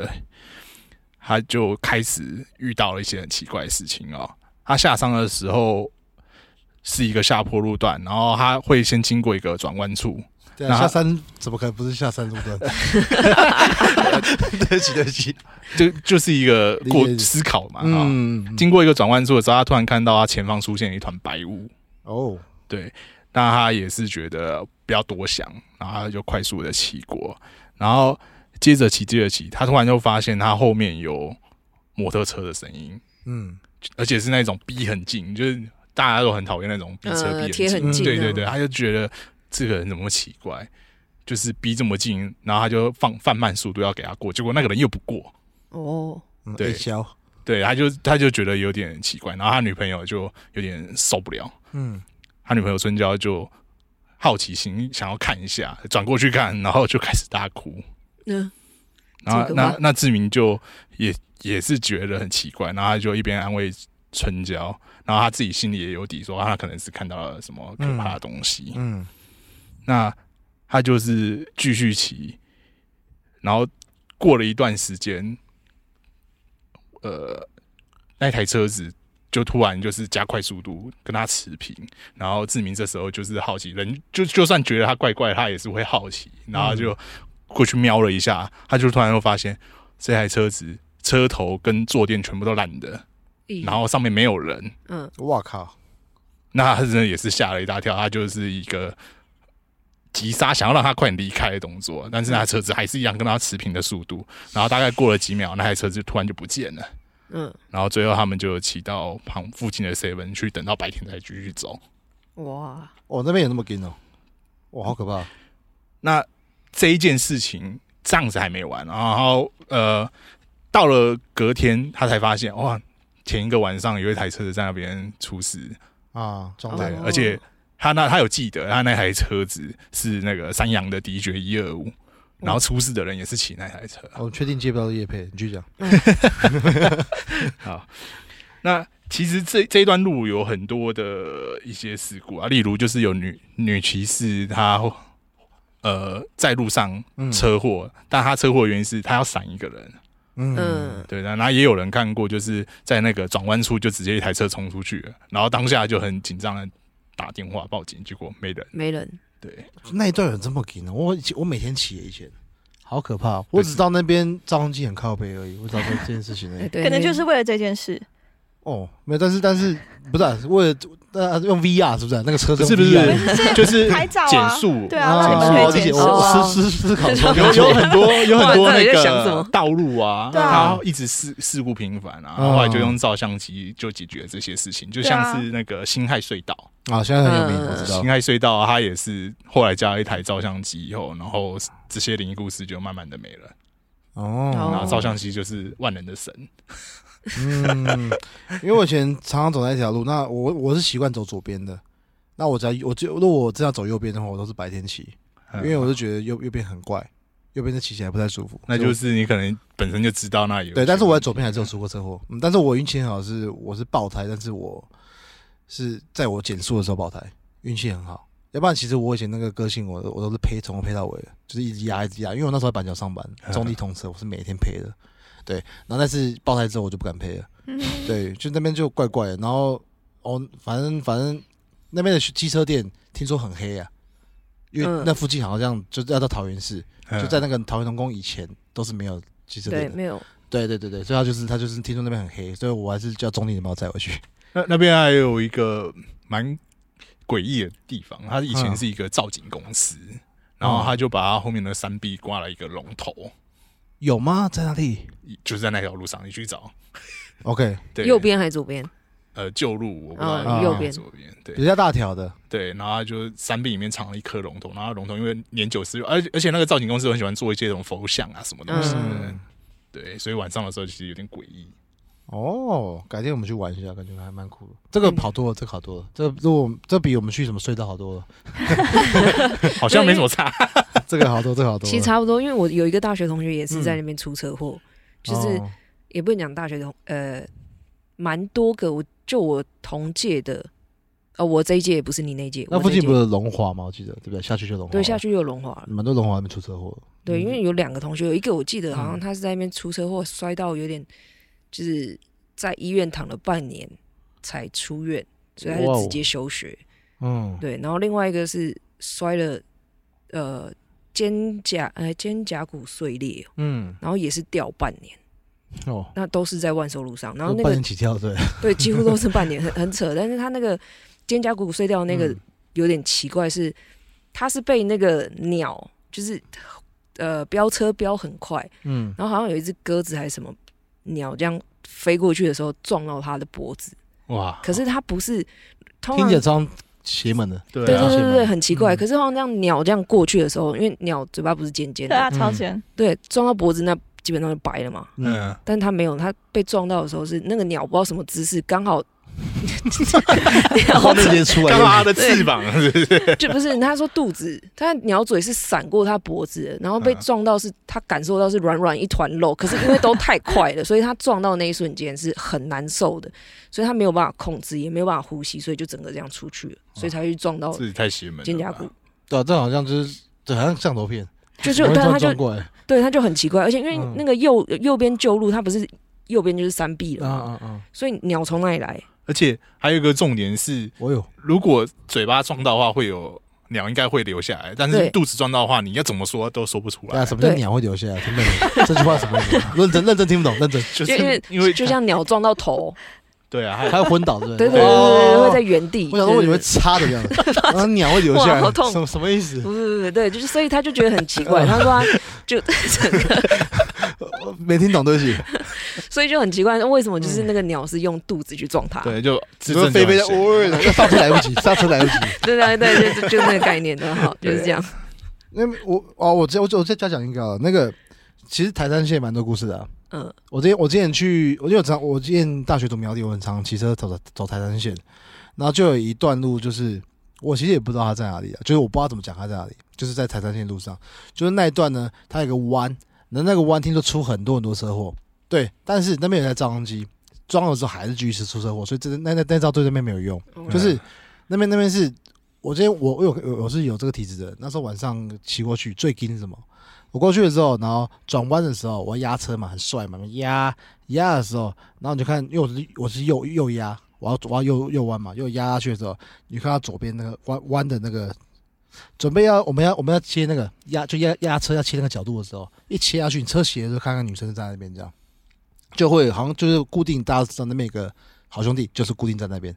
Speaker 4: 他就开始遇到了一些很奇怪的事情哦。他下山的时候是一个下坡路段，然后他会先经过一个转弯处，
Speaker 5: 对
Speaker 4: 那
Speaker 5: 啊，下山怎么可能不是下山路 段？对不起，对不起。
Speaker 4: 就就是一个
Speaker 5: 理解
Speaker 4: 过
Speaker 5: 理解
Speaker 4: 思考嘛，啊、
Speaker 5: 嗯，
Speaker 4: 经过一个转弯处的时候，他突然看到他前方出现一团白雾，
Speaker 5: 哦，
Speaker 4: 对，那他也是觉得不要多想，然后他就快速的骑过，然后接着骑接着骑，他突然就发现他后面有摩托车的声音，
Speaker 5: 嗯，
Speaker 4: 而且是那种逼很近，就是大家都很讨厌那种逼车
Speaker 2: 呃
Speaker 4: 逼
Speaker 2: 贴
Speaker 4: 近，
Speaker 5: 很近
Speaker 4: 对
Speaker 2: 的
Speaker 4: 对对，他就觉得这个人怎么那么奇怪，就是逼这么近，然后他就放放慢速度要给他过，结果那个人又不过，
Speaker 2: 哦，
Speaker 5: 嗯
Speaker 4: 对
Speaker 5: 一消，
Speaker 4: 对，他就他就觉得有点奇怪，然后他女朋友就有点受不了，
Speaker 5: 嗯，
Speaker 4: 他女朋友春娇就好奇心想要看一下，转过去看，然后就开始大哭。
Speaker 2: 那
Speaker 4: 然后
Speaker 2: 这个
Speaker 4: 那
Speaker 2: 吧
Speaker 4: 那志明就也也是觉得很奇怪，然后他就一边安慰春娇，然后他自己心里也有底，说他可能是看到了什么可怕的东西。
Speaker 5: 嗯，
Speaker 4: 那他就是继续骑，然后过了一段时间，呃，那台车子就突然就是加快速度跟他持平，然后志明这时候就是好奇，人就就算觉得他怪怪，他也是会好奇，然后他就过去瞄了一下，他就突然又发现这台车子车头跟坐垫全部都烂的，
Speaker 2: 咦
Speaker 4: 然后上面没有人，
Speaker 2: 嗯，
Speaker 5: 哇靠，
Speaker 4: 那他真的也是吓了一大跳，他就是一个急刹，想要让他快点离开的动作，但是那台车子还是一样跟他持平的速度，然后大概过了几秒，那台车子突然就不见了，
Speaker 2: 嗯，
Speaker 4: 然后最后他们就骑到旁附近的 seven 去，等到白天再继续走。
Speaker 2: 哇，
Speaker 5: 我那边有那么紧哦，哇，好可怕，
Speaker 4: 那这一件事情这样子还没完，然后呃，到了隔天他才发现，哇，前一个晚上有一台车子在那边出事，
Speaker 5: 啊，撞到
Speaker 4: 对，
Speaker 5: 了，
Speaker 4: 而且他那他有记得，他那台车子是那个三洋的 DJ 一二五，然后出事的人也是骑那台车。啊
Speaker 5: 我哦确定接不到叶配，你继续讲，
Speaker 4: 那其实这这一段路有很多的一些事故啊，例如就是有女女骑士她呃在路上
Speaker 5: 嗯，
Speaker 4: 车祸，但她车祸的原因是她要闪一个人，
Speaker 5: 嗯，
Speaker 2: 嗯，
Speaker 4: 对，然后也有人看过，就是在那个转弯处就直接一台车冲出去了，然后当下就很紧张的打电话报警，结果没人。
Speaker 2: 没人，
Speaker 4: 对，
Speaker 5: 那一段有这么紧哦，我以前我每天骑以前。好可怕！哦我只知道那边照相机很靠背而已，我只知道这件事情而
Speaker 2: 哎
Speaker 5: 已。
Speaker 2: 对，
Speaker 3: 可能
Speaker 2: 那
Speaker 3: 就是为了这件事，
Speaker 5: 哦，没有，但是但是不是啊为了呃用 VR 是不是啊？那个车
Speaker 4: 不是
Speaker 5: 子用
Speaker 4: 不是
Speaker 5: VR
Speaker 4: 就是
Speaker 3: 拍照啊
Speaker 4: 减速，
Speaker 3: 对啊让你们可以啊
Speaker 5: 我理
Speaker 3: 减
Speaker 5: 解，
Speaker 3: 速
Speaker 5: 我
Speaker 2: 哦
Speaker 5: 思思思考说
Speaker 4: 有有很多有很多
Speaker 2: 哇到
Speaker 4: 那
Speaker 2: 底在想什
Speaker 4: 个
Speaker 2: 么
Speaker 4: 道路啊，
Speaker 3: 对啊
Speaker 4: 它一直事事故频繁啊，
Speaker 5: 嗯
Speaker 4: 后来就用照相机就解决这些事情，
Speaker 3: 啊
Speaker 4: 就像是那个辛亥隧道，
Speaker 5: 啊，现在很有名，我知道
Speaker 4: 辛。亥隧道啊它也是后来加了一台照相机以后，然后这些灵异故事就慢慢的没了，然
Speaker 5: 哦，
Speaker 4: 后照相机就是万能的神，
Speaker 5: 嗯，因为我以前常常走那一条路，那我我是习惯走左边的。那我只要我就如果我真要走右边的话，我都是白天骑，因为
Speaker 4: 嗯
Speaker 5: 我就觉得右右边很怪，右边的骑起来不太舒服。
Speaker 4: 那就是你可能本身就知道那里有
Speaker 5: 对，但是我在左边还是有
Speaker 4: 就
Speaker 5: 出过车祸。嗯，但是我运气很好是，我是爆胎，但是我是在我减速的时候爆胎，运气很好。要不然，其实我以前那个个性我，我都是陪从头陪到尾的，就是一直压一直压。因为我那时候在板桥上班，中立同车，我是每天陪的。对，然后但是爆胎之后我就不敢陪了。
Speaker 3: 嗯
Speaker 5: 对，就那边就怪怪的。然后哦，反正反正那边的机车店听说很黑啊，因为
Speaker 2: 嗯
Speaker 5: 那附近好像就是要到桃园市，
Speaker 4: 嗯
Speaker 5: 就在那个桃园农工以前都是没有机车店
Speaker 2: 对
Speaker 5: 的。
Speaker 2: 没有，
Speaker 5: 对对对对，所以他就是他就是听说那边很黑，所以我还是叫中立的猫载我去。
Speaker 4: 那那边还有一个蛮诡异的地方，它以前是一个造景公司，然后他就把它后面的山壁挂了一个龙头，
Speaker 5: 有吗？在哪里
Speaker 4: 就是在那条路上，你去找。
Speaker 5: ？OK，
Speaker 4: 对，
Speaker 2: 右边还是左边？
Speaker 4: 呃旧路，我不知道、
Speaker 5: 嗯右
Speaker 4: 边
Speaker 2: 边
Speaker 4: 左边，对
Speaker 5: 比较大条的，
Speaker 4: 对，然后它就山壁里面藏了一颗龙头，然后龙头因为年久失用，而且而且那个造景公司很喜欢做一些这种佛像啊什么东西的，
Speaker 5: 嗯，
Speaker 4: 对，所以晚上的时候其实有点诡异。
Speaker 5: 哦，改天我们去玩一下，感觉还蛮酷的。这
Speaker 2: 嗯
Speaker 5: 个好多了，这个好多了，这个如果这比我们去什么隧道好多了，
Speaker 4: 好像没什么差，
Speaker 5: 这个好多，这个好多了。
Speaker 2: 其实差不多，因为我有一个大学同学也是在那边出车祸，就是
Speaker 5: 哦
Speaker 2: 也不能讲大学同，呃，蛮多个，我就我同届的，呃，我这一届也不是你那一届，
Speaker 5: 那
Speaker 2: 我
Speaker 5: 附
Speaker 2: 这一
Speaker 5: 近
Speaker 2: 届
Speaker 5: 不是有龙华嗯吗？我记得对不对？下去就龙华，
Speaker 2: 对下去就有龙华了。
Speaker 5: 蛮多龙华那边出车祸了。
Speaker 2: 对，
Speaker 5: 嗯
Speaker 2: 因为有两个同学，有一个我记得好像他是在那边出车祸摔到有点，就是在医院躺了半年才出院，所以他
Speaker 5: 哇
Speaker 2: 就
Speaker 5: 哦
Speaker 2: 直接休学。
Speaker 5: 嗯
Speaker 2: 对，然后另外一个是摔了，呃肩胛呃肩胛骨碎裂，
Speaker 5: 嗯，
Speaker 2: 然后也是掉半年，
Speaker 5: 哦，
Speaker 2: 那都是在万寿路上，然后那
Speaker 5: 半
Speaker 2: 个
Speaker 5: 年起跳，对，
Speaker 2: 对几乎都是半年，很很扯。但是他那个肩胛骨碎掉那个
Speaker 5: 嗯
Speaker 2: 有点奇怪是，他是被那个鸟就是呃飙车飙很快，
Speaker 5: 嗯，
Speaker 2: 然后好像有一只鸽子还是什么鸟这样飞过去的时候撞到他的脖子，
Speaker 4: 哇，
Speaker 2: 可是他不是通
Speaker 5: 听
Speaker 2: 常
Speaker 5: 起来超 邪门的，
Speaker 4: 对
Speaker 2: 对
Speaker 4: 啊
Speaker 2: 对对对，
Speaker 5: 嗯
Speaker 2: 很奇怪。
Speaker 5: 嗯
Speaker 2: 可是好像这样鸟这样过去的时候，因为鸟嘴巴不是尖尖
Speaker 3: 对
Speaker 2: 的，
Speaker 3: 啊，超前，
Speaker 2: 对，撞到脖子那基本上就白了嘛。
Speaker 5: 嗯，
Speaker 4: 嗯，
Speaker 2: 但它没有，它被撞到的时候是那个鸟不知道什么姿势，刚好
Speaker 5: 画面直接出
Speaker 4: 干嘛
Speaker 5: 来，
Speaker 4: 的翅膀？是不是
Speaker 2: 就不是他说肚子，他鸟嘴是闪过他脖子的，然后被
Speaker 4: 嗯
Speaker 2: 撞到是他感受到是软软一团肉，可是因为都太快了，所以他撞到那一瞬间是很难受的，所以他没有办法控制，也没有办法呼吸，所以就整个这样出去了，所以才去撞到
Speaker 4: 自己太邪门了吧，
Speaker 2: 肩胛骨。
Speaker 5: 对啊，这好像就是，这好像像头片，
Speaker 2: 就就
Speaker 5: 突
Speaker 2: 对，啊他
Speaker 5: 然
Speaker 2: 就
Speaker 5: 撞过来，
Speaker 2: 对，他就很奇怪，而且因为
Speaker 5: 嗯
Speaker 2: 那个右、右边旧路，它不是右边就是山壁了
Speaker 5: 啊
Speaker 2: 嘛，
Speaker 5: 啊啊，
Speaker 2: 所以鸟从哪里来？
Speaker 4: 而且还有一个重点是，
Speaker 5: 我有，
Speaker 4: 如果嘴巴撞到的话，会有鸟应该会留下来，但是
Speaker 2: 对
Speaker 4: 肚子撞到的话，你要怎么说都说不出
Speaker 5: 啊，
Speaker 4: 来，
Speaker 5: 什么叫
Speaker 2: 对
Speaker 5: 鸟会留下来？听不懂 这句话什么意思？认真认真听不懂，认真，
Speaker 4: 就
Speaker 2: 因为
Speaker 4: 是 因为
Speaker 2: 就像鸟撞到 头，
Speaker 4: 对啊，还
Speaker 5: 还
Speaker 4: 有
Speaker 5: 要昏倒，对不
Speaker 2: 对
Speaker 5: 对
Speaker 2: 对对对对，会在原地。
Speaker 5: 我想
Speaker 4: 哦
Speaker 5: 说，我以为插的这样， 然后鸟会留下
Speaker 2: 哇
Speaker 5: 来
Speaker 2: 好，痛
Speaker 5: 什么什么意思？
Speaker 2: 不不不对，就是所以他就觉得很奇 怪，他说他就 整个，
Speaker 5: 我没听懂，对不起。
Speaker 2: 所以就很奇怪，为什么就是那个鸟是用肚子去撞他？
Speaker 4: 嗯对就
Speaker 5: 只
Speaker 4: 自
Speaker 5: 会
Speaker 4: 证
Speaker 5: 飞飞的，哦
Speaker 4: 就很邪
Speaker 5: 偶尔的， 刹车来不及，刹车来不及。
Speaker 2: 对对对，就就那个概念的好，就是这样。
Speaker 5: 那我哦，我再我我再加讲一个好了，那个其实台山县蛮多故事的啊、
Speaker 2: 嗯
Speaker 5: 我之前我之前去，我就有常我之前大学读苗栗，我很常骑车走走台山线，然后就有一段路，就是我其实也不知道它在哪里啊，就是我不知道怎么讲它在哪里，就是在台山线路上，就是那一段呢，它有个弯，那那个弯听说出很多很多车祸，对，但是那边有台照相机，装的时候还是继续出车祸，所以这那那那照对那边没有用，就是那边那边是。我今天我我有有我是有这个体质的，那时候晚上骑过去最惊是什么？我过去的时候，然后转弯的时候，我要压车嘛，很帅嘛，压压的时候，然后你就看，因为我是我是右右压，我要我要右右弯嘛，右压下去的时候，你看到左边那个弯弯的那个，准备要我们要我们要切那个压就压压车要切那个角度的时候，一切下去，你车斜的时候，看看女生站在那边这样，就会好像就是固定，大家知道那边有个好兄弟就是固定在那边，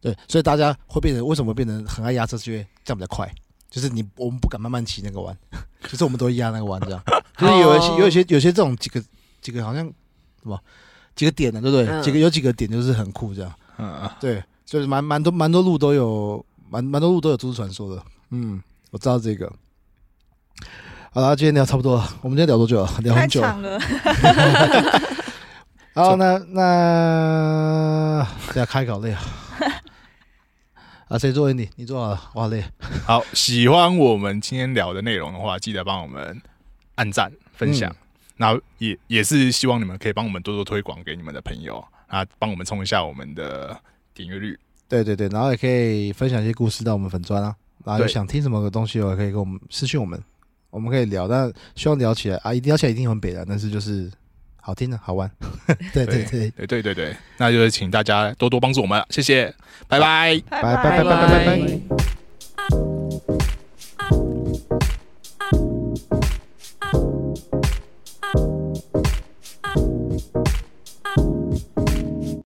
Speaker 5: 对，所以大家会变成为什么变成很爱压车，是因为这样比较快。就是你，我们不敢慢慢骑那个弯，就是我们都会压那个弯这样。就是有一些、
Speaker 2: 哦
Speaker 5: 有一些、有一些这种几个、几个好像什么几个点的，啊对不对？
Speaker 2: 嗯
Speaker 5: 几个有几个点就是很酷这样。
Speaker 4: 嗯，
Speaker 5: 对，就是蛮蛮多蛮多路都有，蛮蛮多路都有都市传说的。嗯，我知道这个。好了，今天聊差不多了，我们今天聊多久了？聊
Speaker 3: 太
Speaker 5: 很久了。
Speaker 3: 长了，
Speaker 5: 好，那那等下开稿 累啊。啊，谁做 Andy？你做好了，我好累。
Speaker 4: 好，喜欢我们今天聊的内容的话，记得帮我们按赞分享，
Speaker 5: 嗯
Speaker 4: 然后也也是希望你们可以帮我们多多推广给你们的朋友啊，帮我们冲一下我们的点阅率。
Speaker 5: 对对对，然后也可以分享一些故事到我们粉砖啊，然后有
Speaker 4: 对
Speaker 5: 想听什么东西哦，也可以跟我们私讯我们，我们可以聊。但希望聊起来啊，一定聊起来一定很北的，但是就是好听的、好玩。 对对对，
Speaker 4: 对对对对，那就是请大家多多帮助我们，谢谢，拜拜。
Speaker 5: 拜拜拜拜拜拜。